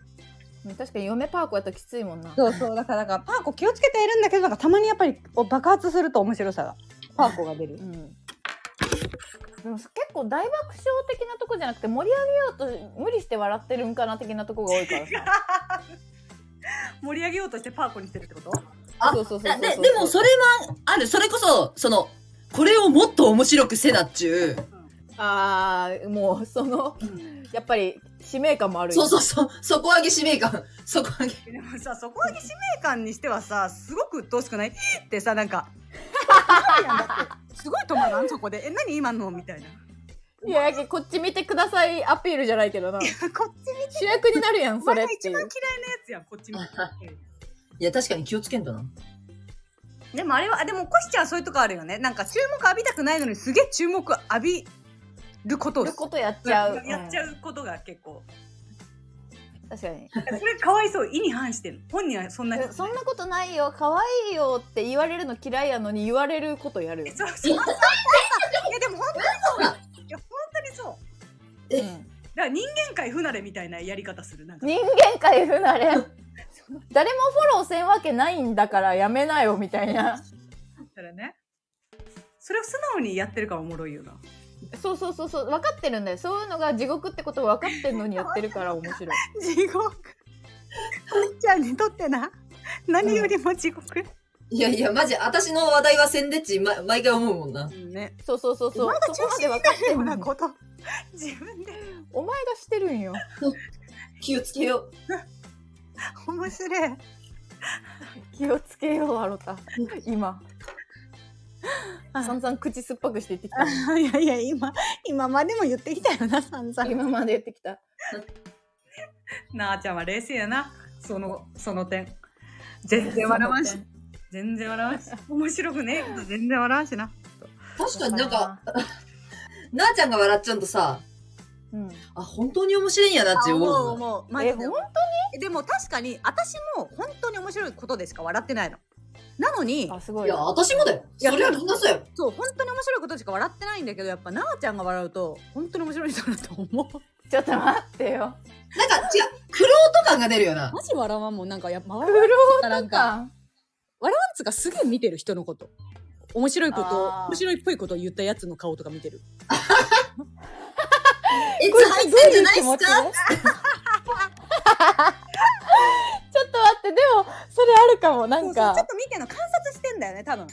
うん確かに嫁パーコやったらきついもんなそうそうだからだからパーコ気をつけてはいるんだけどなんかたまにやっぱりこう爆発すると面白さがパーコが出るうんでも結構大爆笑的なとこじゃなくて盛り上げようと無理して笑ってるんかな的なとこが多いからさ盛り上げようとしてパーコにしてるってことあそうそうそうそうででもそれはある。それこそ、その、これをもっと面白くせなっちゅう。ああもうそのやっぱり使命感もあるよそうそうそう。底上げ使命感。底上げ。でもさそこは使命感にしてはさすごく鬱陶しくないってさなん かすごい止まらんそこでえ何今のみたいないやいやこっち見てくださいアピールじゃないけどなこっち見主役になるやんそれってい一番嫌いうなやつやんこっち 見ていや、確かに気をつけんとな。でもあれはあでもコシちゃんはそういうとこあるよねなんか注目浴びたくないのにすげえ注目浴びることをいうことやっちゃう、やっちゃううことが結構ん確かにそれかわいそう意に反してる本人はそんなえそんなことないよ可愛いよって言われるの嫌いやのに言われることやるよえ、そうそういやでも本当にそうよいや本当にそううん、だから人間界不慣れみたいなやり方するなんか人間界不慣れ 誰もフォローせんわけないんだからやめなよみたいなたらねそれを素直にやってるからおもろいよなそうそうそうそう分かってるんだよそういうのが地獄ってこと分かってるのにやってるから面白い地獄こっちゃんにとってな何よりも地獄、いやいや、マジ、私の話題はせんでっち、ま、毎回思うもんな。ね そうそうそうそうまだ中そこま止でにな分かってるるようのなにこと自分でお前がしてるんよ気をつけよ面白い気をつけようあろた今散々口酸っぱくして言 ってきたのにあいやいや今今までも言ってきたよな散々今まで言ってきたなあちゃんは冷静やなそのその点全然笑わんし全然笑わんし面白くねえけど全然笑わんしなう。確かになんか、なあちゃんが笑っちゃうとさ、うんあ、本当に面白いんやなっち思うもんな。思うえ本えでも確かに私も本当に面白いことでしか笑ってないのなのに当あすごいいや、な私もだよ。いやそれはみんなそうよ。そう本当に面白いことしか笑ってないんだけどやっぱなあちゃんが笑うと本当に面白い人だと思うちょっと待ってよなんか、違う、苦労と感が出るよな。マジ笑わんもんなんかやっぱフ笑ロわんーななんんかか笑わんつうかすげえ見てる人のこと面白いことあー面白いっぽいことを言ったやつの顔とか見て るえ、これ入ってんじゃないっすちょかっと待ってでもそれあるかもなんそうそうちょかっと見てんの観察してんだよね多分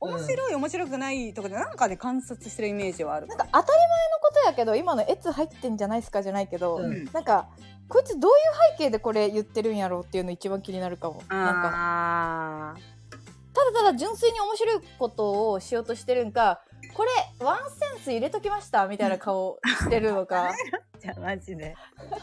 面白い面白くないとかでなんかで観察してるイメージはあるなんか当たり前のことやけど今の「えつ入ってんじゃないっすか」じゃないけど、うんなんかこいつどういう背景でこれ言ってるんやろうっていうの一番気になるかもなんかあただただ純粋に面白いことをしようとしてるんかこれワンセンス入れときましたみたいな顔してるのかじゃあマジで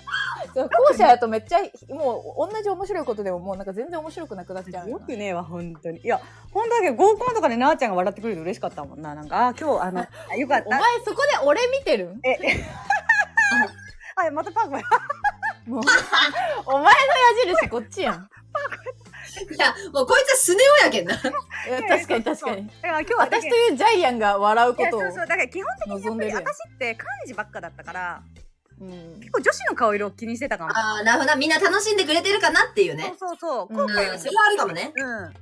そう後者やとめっちゃもう同じ面白いことでももうなんか全然面白くなくなっちゃうよよなくねえわ本当にいや本当だけど合コンとかでなあちゃんが笑ってく れると嬉しかったもんななんかあー今日あのあよかっおた前そこで俺見てるんえはい、またパークまで。もうお前の矢印こっ ちやん。いや、もうこいつはスネ夫やけん な。いや確かに確かそうに。だから今日は 私というジャイアンが笑うこいやとそをう。そうだから基本的にや望っんぱでるりやん私って漢字ばっかだったからうん結構女子の顔色を気にしてたかもああ、なるほどな。みんな楽しんでくれてるかなっていうね。そうそうそううん後うん、そ悔れははしあるかもね。うん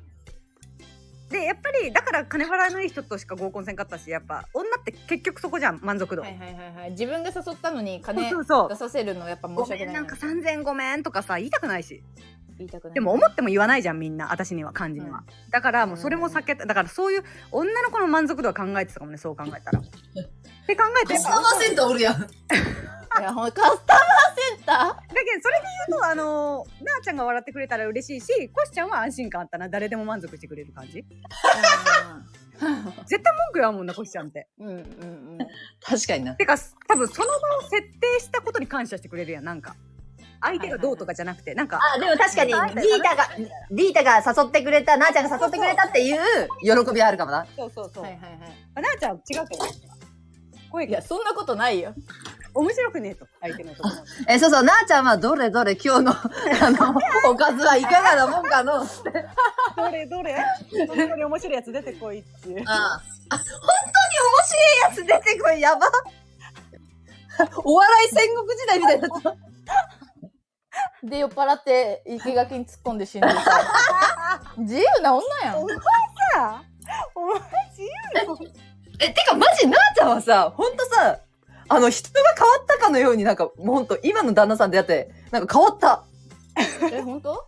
でやっぱりだから金払いのいい人としか合コンせんかったしやっぱ女って結局そこじゃん満足度、はいはいはいはい。自分が誘ったのに金そうそうそ出うさせるのやっぱ申ごしめ訳んないななんか3000ごめんとかさ言いたくないし言いたくない。でも思っても言わないじゃんみんな私には漢字には、だからもうそれも避けただからそういう女の子の満足度は考えてたかもねそう考え たらって考えてやっぱ100%おるやん。いやほんカスタマーセンタだけどそれで言うとあのなあちゃんが笑ってくれたら嬉しいしコシちゃんは安心感あったな誰でも満足してくれる感じー。絶対文句言わんもんなコシちゃんってうんうんうんうん。確かにな。てか多分その場を設定したことに感謝してくれるやんなんか相手がどうとかじゃなくてなんかあ、でも確かに、リータが、リータが誘ってくれた、なーちゃんが誘ってくれたっていう、喜びはあるかもな。そうそうそはういはいはい。あなあちゃんは違うけど声いやがそんなことないよ。面白くねえと相手のところえ、そうそう、なあちゃんはどれどれ今日の、あの、おかずはいかがなもんかの。どれどれ本当に面白いやつ出てこいっていうあやつ出てこい、やば。お笑い戦国時代みたいになった。で酔っ払って生垣に突っ込んで死んでる。自由な女やん。さあお前自由よえ、てかマジ、なあちゃんはさ、ほんとさ、あの、人が変わったかのようになんか、もうほんと、今の旦那さんでやって、なんか変わった。え本当？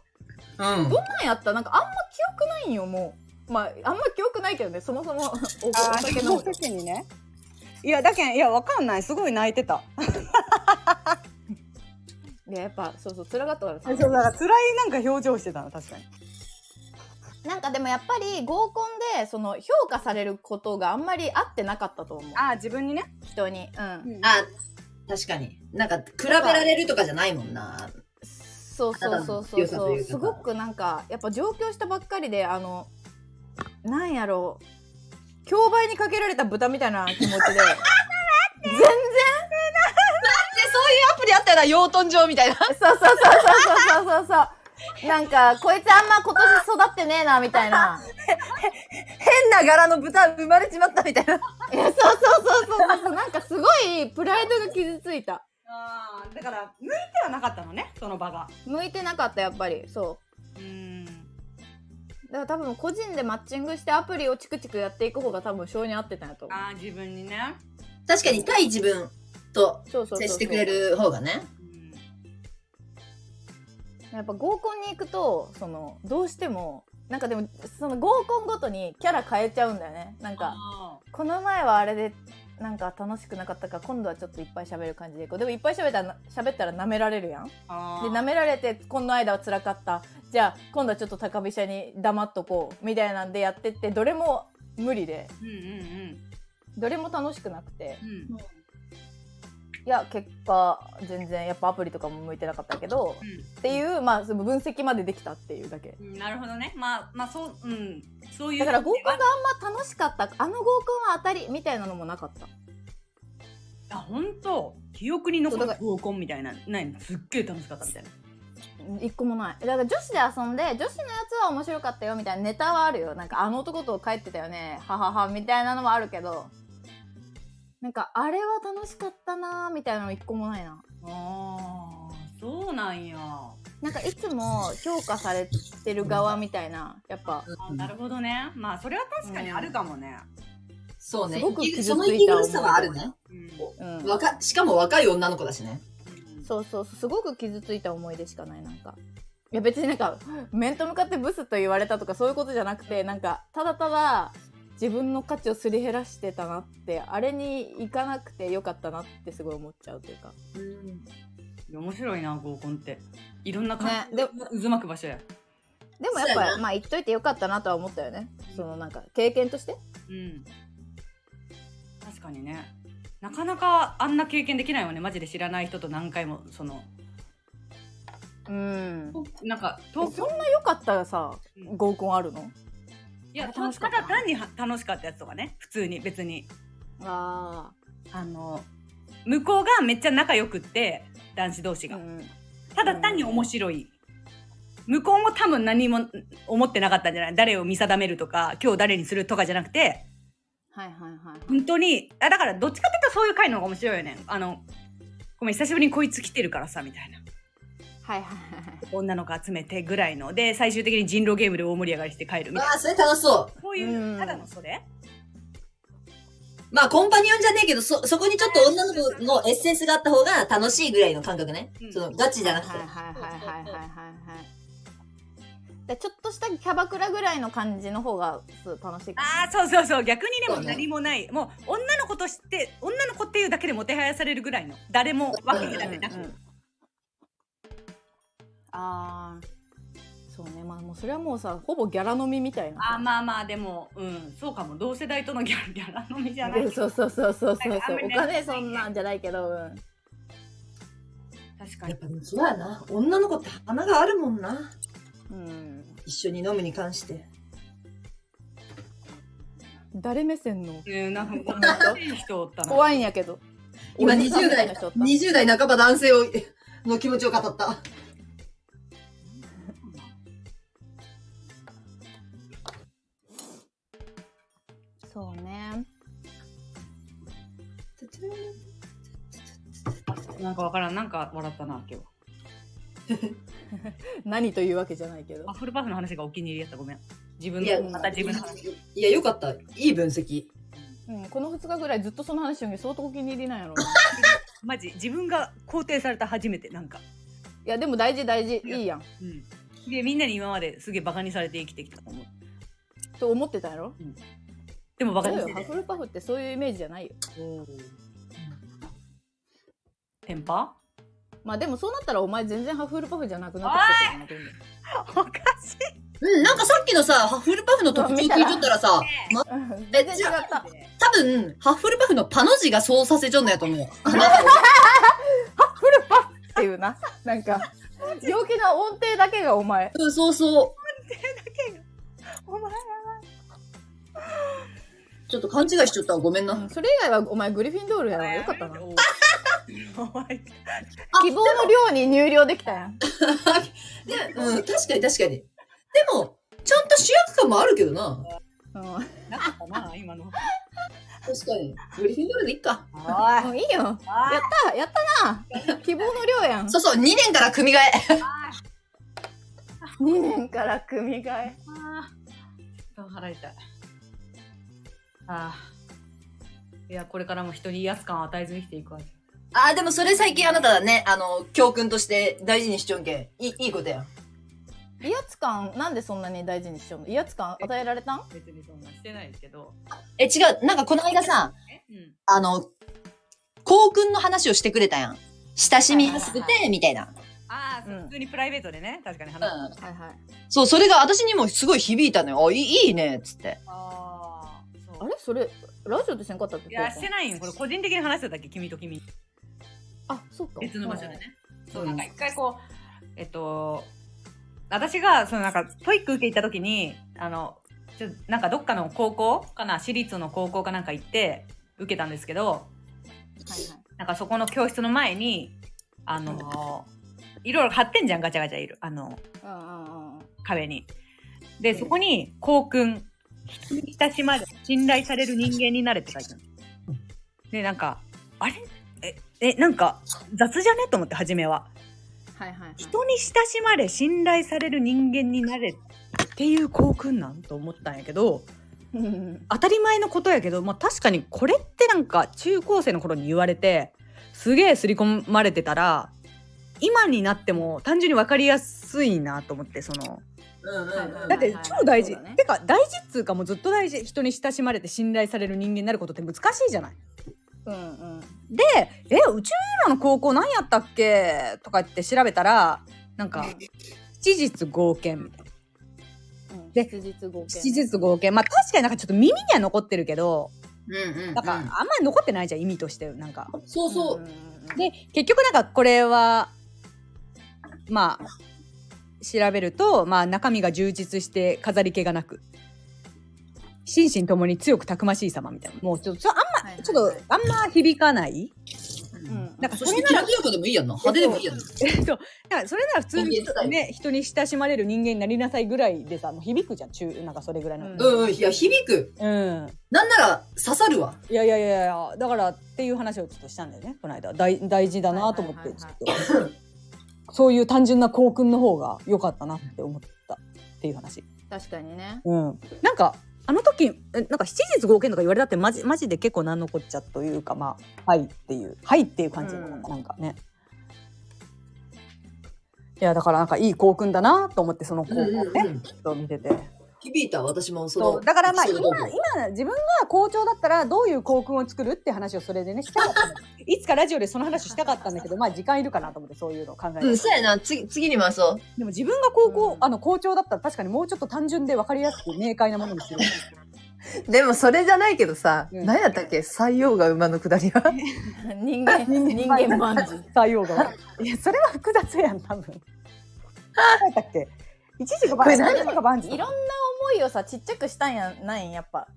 あ。うん。どんなんやったなんかあんま記憶ないんよもう。まああんま記憶ないけどねそもそもおお ああ酒ー飲そむの。時にねいやだけんいやわかんないすごい泣いてたいややっぱそうそう辛かったからさそうだから辛いなんか表情してたの確かに。なんかでもやっぱり合コンでその評価されることがあんまり合ってなかったと思うああ自分にね。人にうんあ、確かに。なんか、比べられるとかじゃないもんな。そうそうそうそうあなたのそ良さといううかすごくなんかやっぱ上京したばっかりであのなんやろう競売にかけられた豚みたいな 気持ちで全然で、そういうアプリあったよな、養豚場みたいな。そうそうそうそうそうそうそう。なんか、こいつあんま今年育ってねえな、みたい な。変な柄の豚生まれちまったみたいな。いやそうそうそうそうそう。なんかすごいプライドが傷ついた。ああだから向いてはなかったのねその場が。向いてなかった、やっぱり。そうーう。ん。だから多分個人でマッチングしてアプリをチクチクやっていく方が多分性に合ってたんやと思ああ自分にね。確かに、対自分とう。そうそうそうそう接してくれる方がね。うんやっぱ合コンに行くとそのどうしてもなんかでもその合コンごとにキャラ変えちゃうんだよねなんかあこの前はあれでなんか楽しくなかったから今度はちょっといっぱい喋る感じでいこうでもいっぱい喋ったら喋ったら舐められるやんあで舐められてこの間は辛かったじゃあ今度はちょっと高飛車に黙っとこうみたいなんでやってってどれも無理でうんうんどれも楽しくなくてうんうん。いや結果全然やっぱアプリとかも向いてなかったけどっていうまあその分析までできたっていうだけうんなるほどねまあまあそううんそういうだから合コンがあんま楽しかったあの合コンは当たりみたいなのもなかったあ本当記憶に残そうるだか合コンみたいなないのすっげえ楽しかったみたいな一個もないだから女子で遊んで女子のやつは面白かったよみたいなネタはあるよなんかあの男と帰ってたよねはははみたいなのもあるけどなんかあれは楽しかったなーみたいなの一個もないなあーそうなんやなんかいつも評価されてる側みたいなやっぱあなるほどねまあそれは確かにあるかもね、そうね。すごく傷ついたその息苦しさはあるね。うんうん若、しかも若い女の子だしね。そうそうそうすごく傷ついた思い出しかないなんかいや別になんか面と向かってブスと言われたとかそういうことじゃなくてなんかただただ自分の価値をすり減らしてたなってあれに行かなくてよかったなってすごい思っちゃうというかいや面白いな合コンっていろんな感ねじでで渦巻く場所やでもやっそうやぱまあ行っといてよかったなとは思ったよねそのなんか経験としてうん確かにねなかなかあんな経験できないよねマジで知らない人と何回もそのうんなんか東そ京んな良かったらさうん合コンあるのいや楽楽ししかかっったた単に楽しかったやつとかね普通に別にああの向こうがめっちゃ仲良くって男子同士が、ただ単に面白い向こうも多分何も思ってなかったんじゃない誰を見定めるとか今日誰にするとかじゃなくてはいはいはい。本当にあだからどっちかっていうとそういう回の方が面白いよねあのごめん久しぶりにこいつ来てるからさみたいなはいはいはい。女の子集めてぐらいので最終的に人狼ゲームで大盛り上がりして帰るみたいああ、それ楽しそう。なこういうただのそれまあ、コンパニオンじゃねえけど、そ、そこにちょっと女の子のエッセンスがあった方が楽しいぐらいの感覚ね。うんその、ガチじゃなくてはい。はいはいはいはいはいはい。だからちょっとしたキャバクラぐらいの感じの方がそう楽しいかああな。そうそうそう逆にでもそうね何もない、もう女の子として女の子っていうだけでもてはやされるぐらいの誰も分けてられなく、うんうんああ。そうね。まあもうそれはもうさ、ほぼギャラ飲みみたいなさ。あーまあまあでもうんそうかも同世代とのギャラギャラ飲みじゃないうんそうそうそうそうそうなんかあそうんまりおね金そんなんじゃないけど、うん、確かやにっぱ、そうやな。女の子って花があるもんな。うん、一緒に飲むに関して。誰目線のうん、なんかこんな人おったな怖いんやけど今俺20代の人おっ、た20代半ば男性を、の気持ちを語った。そうねなんかわからんなんか笑ったな今日何というわけじゃないけどワッフルパフの話がお気に入りやったごめん自分いやのまた自分の話いや、よかった。いい分析。うん、この2日ぐらいずっとその話を相当お気に入りなんやろうないマジ自分が肯定された初めてなんかやでも大事大事いいやんうんでみんなに今まですげえバカにされて生きてきたと思うと思ってたやろでもバカそうによしてハないフルパフってそういうイメージじゃないよテンパまあでもそうなったらお前全然ハフルパフじゃなくなってきてるよおかしいうん、なんかさっきのさ、ハッフルパフの特徴聞いちゃったらさ、ま、なうん全然違えった多分、ハッフルパフのパの字がそうさせちょんのやと思っう。ていうななんか陽気な音程だけがお前うん、そうそう。お前ちょっと勘違いしちゃったわ。ごめんな。うんそれ以外はお前グリフィンドールやろよかったなお前希望の寮に入寮できたやんで、うん、確かに確かに。でも、ちゃんと主役感もあるけどな。うなかったな今の確かに。グリフィンドールでいっか。おんもいういいよやったやったな希望の寮やんそうそう、2年から組替え。 2年から組替えあー払いたいあーいやこれからも人に威圧感を与えずに生きていくわあー、でもそれ最近あなただね、あの、教訓として大事にしちょんけん。いい、いいことや。威圧感なんでそんなに大事にしようの威圧感与えられたん別にそんなしてないけどえ、違う。なんかこの間さ、うんあの、校訓の話をしてくれたやん。親しみやすくはいはて、みたいな。ああ、そううん普通にプライベートでね確かに話す、うん。はいはいそう、それが私にもすごい響いたのよ。あ、いいいいね、つって。ああそあうれそれラジオでせんかったっけいやしてないよこれ個人的に話してただけ君と君あそうか別の場所でねそううんなんか一回こうえっと私がそのなんかトイック受け行った時にあのちょなんかどっかの高校かな私立の高校かなんか行って受けたんですけどはいはいなんかそこの教室の前にあのいろいろ貼ってんじゃんガチャガチャいるあのうんうんうん壁に。でそこに「校訓人に親しまれ信頼される人間になれ」って書いてあるでなんかあれええなんか雑じゃねと思って初めは。はいはいはい人に親しまれ信頼される人間になれっていう校訓なんと思ったんやけどうんうん当たり前のことやけど、まあ、確かにこれってなんか中高生の頃に言われてすげえ刷り込まれてたら今になっても単純に分かりやすいなと思ってそのうんうんうんだっはていはい超大事、そうだねてか大事っつうかもうずっと大事人に親しまれて信頼される人間になることって難しいじゃないうんうんでえうちらの高校何やったっけとかって調べたらなんか七日合憲みたいなうんで質実合計七日合憲まあ確かになんかちょっと耳には残ってるけどうんうん。なんかあんまり残ってないじゃん意味としてなんかそうそう。でで結局なんかこれはまあ調べると、まあ、中身が充実して飾り気がなく心身ともに強くたくましい様みたいなもうちょっとちょあんまちょっとあんま響かないうん、ななんんかかそそしてれきなららびやかでもいいやんな。派手でもいいやんな。えっと、だ からそれなら普通人間伝いにね人に親しまれる人間になりなさいぐらいでさもう響くじゃん中なんかそれぐらいの、うんうんうん。いや、響く。うん、なんなら刺さるわ。いやいやいやいやだからっていう話をちょっとしたんだよねこの間大大事だなと思って、はいはいちょっとそういう単純な校訓の方が良かったなって思ったっていう話、確かにね。うん、なんかあの時えなんか七日合憲とか言われたってマジマジで結構なんのこっちゃというかまあはいっていうはいっていう感じだった、うんなんかねいやだからなんかいい校訓だなと思ってその校うん訓をうんね、うんちょっと見てて。響いた、私もそその。うだからまあエピ今ソード通り今自分が校長だったらどういう校訓を作るって話をそれでねしたかったの いつかラジオでその話したかったんだけどまあ時間いるかなと思ってそういうのを考えて、うん、そうやな。次、次に回そう。でも自分が高校、うんあの校長だったら確かにもうちょっと単純で分かりやすく明快なものにするでもそれじゃないけどさ、うん何やったっけ採用が馬のくだりは。人間、人間万事。採用が いやそれは複雑やん多分何だっけ一時がバこンれジ何ー一時がバンジいろんーな思いをさ、ちっちゃくしたんやないん、やっぱ。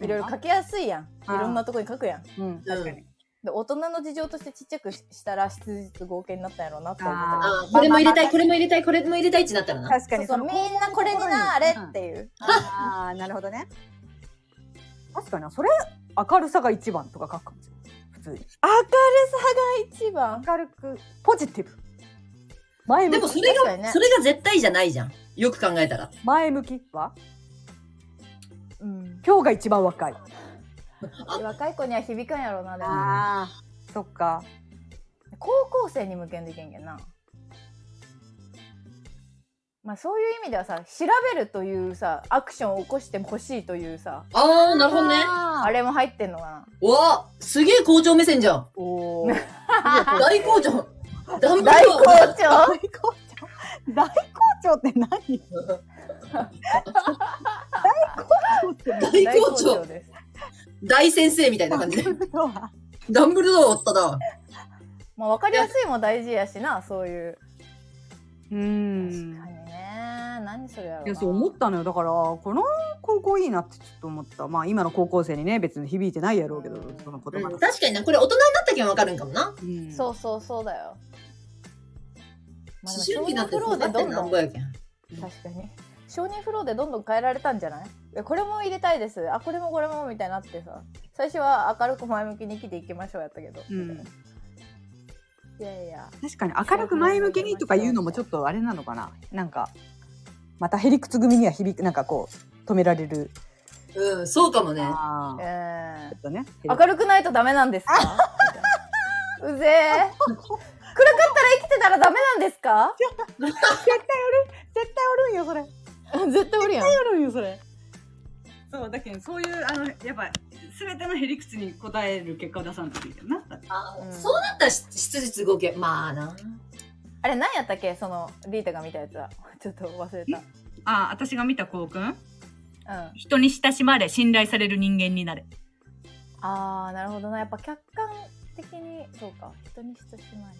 いろいろ書きやすいやん。いあーろんなとこに書くやん。うんうん確かに、で大人の事情としてちっちゃくししたら質実合計になったんやろうなって思ったあーこれも入れたい、これも入れたい、これも入れたいってなったらな。確かそにうそうみんなこれになれっていう、ああなるほどね確かにそれ明るさが一番とか書くかもしれない普通に明るさが一番明るくポジティブ前で向もそきれ確かにが、ねそれが絶対じゃないじゃん。よく考えたら。前向きはうん今日が一番若い若い子には響かんやろうなでもあーそっか高校生に向けんでいけんけんなまあそういう意味ではさ調べるというさアクションを起こしてほしいというさあー、なるほどね。ああれも入ってんのかうわすげえ校長目線じゃん。おーな大校 長。ダンブルド大校ア長大校長大校長って何大校長。です大先生みたいな感じで。 ダンブルドアおったな。まあ分かりやすいも大事やしなそういうう確んかにね何それやろないやそう思ったのよだからこの高校いいなってちょっと思ったまあ今の高校生にね別に響いてないやろうけどその言葉うがん、確かにな、これ大人になったけんわかるんかもな。うんそうそうそうだよ。まあ、思で春も期なんて少こう年フなローでってどんなどんんぼやけん。確かに承認フローでどんどん変えられたんじゃないいやこれも入れたいですあこれもこれもみたいになってさ最初は明るく前向きに生きていきましょうやったけど、うんいやいや確かに明るく前向きにとか言うのもちょっとあれなのかななんかまたへりくつ組には響くなんかこう止められるうん、そうかもね。あーえちょっとねー、明るくないとダメなんですかうぜえ暗かったら生きてたらダメなんですか絶対おるんよそれ絶対おるやんおるんよそれそうだけどそういうあのやっぱ全てのへりくつに答える結果を出さんといいんだよなだってあーうんそうなったらし質実合計。まあな。あれ何やったっけそのリータが見たやつはちょっと忘れああ私が見た校訓たうん人に親しまれ信頼される人間になれああなるほどなやっぱ客観的にそうか人に親しまれ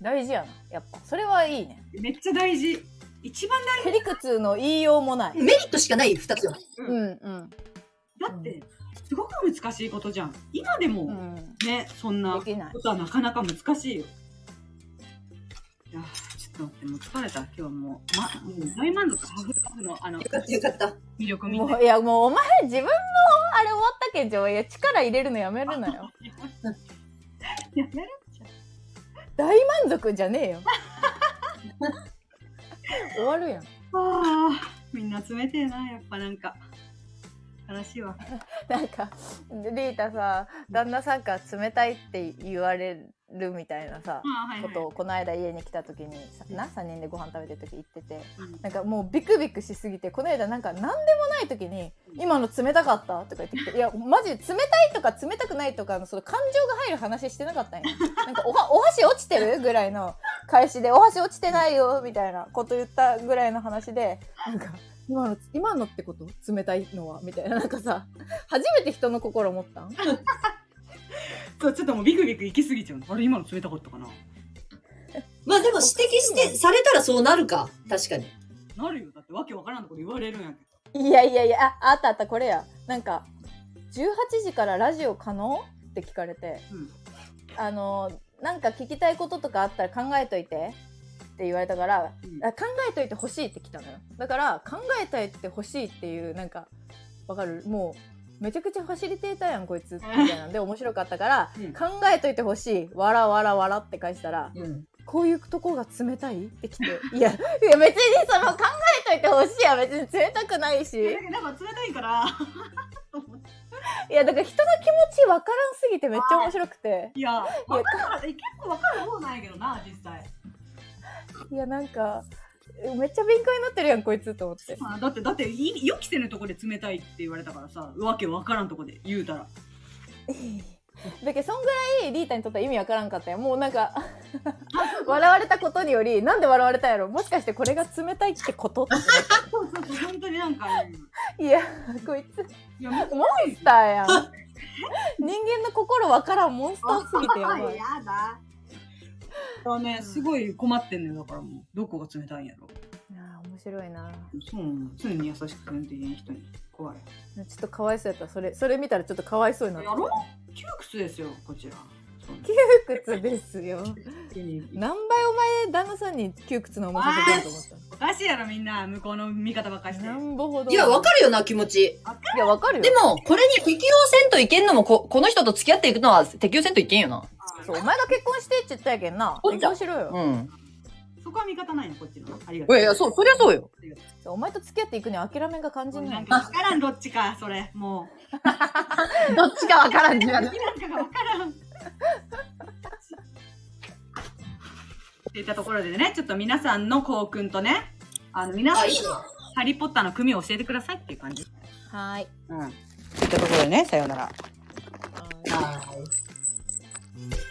大事やなやっぱそれはいいねめっちゃ大事一番へりくつの言いようもないメリットしかない二つよ。うんうんだってすごく難しいことじゃん今でうもんねそんなできないことはなかなか難しいよいやーちょっと待ってもう疲れた今日もう、ま、もう大満足ハーフカフのあのよかったよかった。魅力みたいもういやもうお前自分のあれ終わったけんじゃいや力入れるのやめるなよやめる大満足じゃねえよ終わるやんあーみんな冷てえなやっぱなんか悲しいわなんかリータさ旦那さんから冷たいって言われるみたいなさあーはいこはいとをこの間家に来た時にさな3人でご飯食べてる時言ってて、うんなんかもうビクビクしすぎてこの間なんか何でもない時に「今の冷たかった?」とか言ってきて「いやマジ冷たいとか冷たくないとかのその感情が入る話してなか ったんやなんかおはお箸落ちてるぐらいの返しで「お箸落ちてないよ」みたいなこと言ったぐらいの話でなんか「今の今のってこと冷たいのは」みたいななんかさ初めて人の心持ったんそうちょっともうビクビク行き過ぎちゃうのあれ今の冷たかったかなまあでも指摘して、されたらそうなるか。確かに。なるよだってわけわからんとこ言われるんやけいやいやいや、あ、あったあった、これや。なんか、18時からラジオ可能って聞かれて、うんあのなんか聞きたいこととかあったら考えといてって言われたから、うんあ考えといてほしいって来たのよだから考えといてほしいっていうなんかわかるもうめちゃくちゃファシリテーターやんこいつみたいなんで面白かったから、うん考えといてほしいわらわらわらって返したら、うん。こういうとこが冷たいって来ていやいや別にその考えといてほしいや別に冷たくないしえなんか冷たいから。 と思っていやだから人の気持ちわからんすぎてめっちゃ面白くていや、わかる、え結構わかる方なんやけどな、実際。いやなんかめっちゃ敏感になってるやんこいつと思って まあ、だって、だって、い予期せぬとこで冷たいって言われたからさ、わけわからんとこで言うたら。だけどそんぐらいリータにとっては意味わからんかったよもうなんか 笑われたことによりなんで笑われたんやろもしかしてこれが冷たいってことって思っそうそうそう、本当になんか、ね、 ていやこいついや、もモンスターやん人間の心わからんモンスターすぎてやば いやだ。だね、すごい困ってんのよ、だからもう、どこが冷たいんやろ。いや面白いなそうなの、常に優しく運転していない人に。怖い。ちょっとかわいそうやったそれそれ見たらちょっとかわいそうになっ やたろ窮屈ですよ、こちら。窮屈ですよ急に何倍お前旦那さんに窮屈な思いさせてると思ったおかしいやろみんな向こうの味方ばっかしてなんぼほど。いや、わる。かるよな、気持ち。いや、わかるよ。 でも、これに適応せんといけんのも、こ、この人と付き合っていくのは適応せんといけんよな。そう、お前が結婚してって言ったやけんな。おっ結ちゃん婚しろよ。うん。そこは味方ないのこっちのありがいとうやいや、そう、そりゃそうよ。そうお前と付き合っていくには諦めが肝心ななんんだ。か分からんどっちかそれもどっちかわからんじゃんう。なんかが分からんって言ったところでねちょっと皆さんの幸訓とねあの皆さんあいいねのハリー・ポッターの組を教えてくださいっていう感じ はーい。うん。といったところでね、さようなら。はい。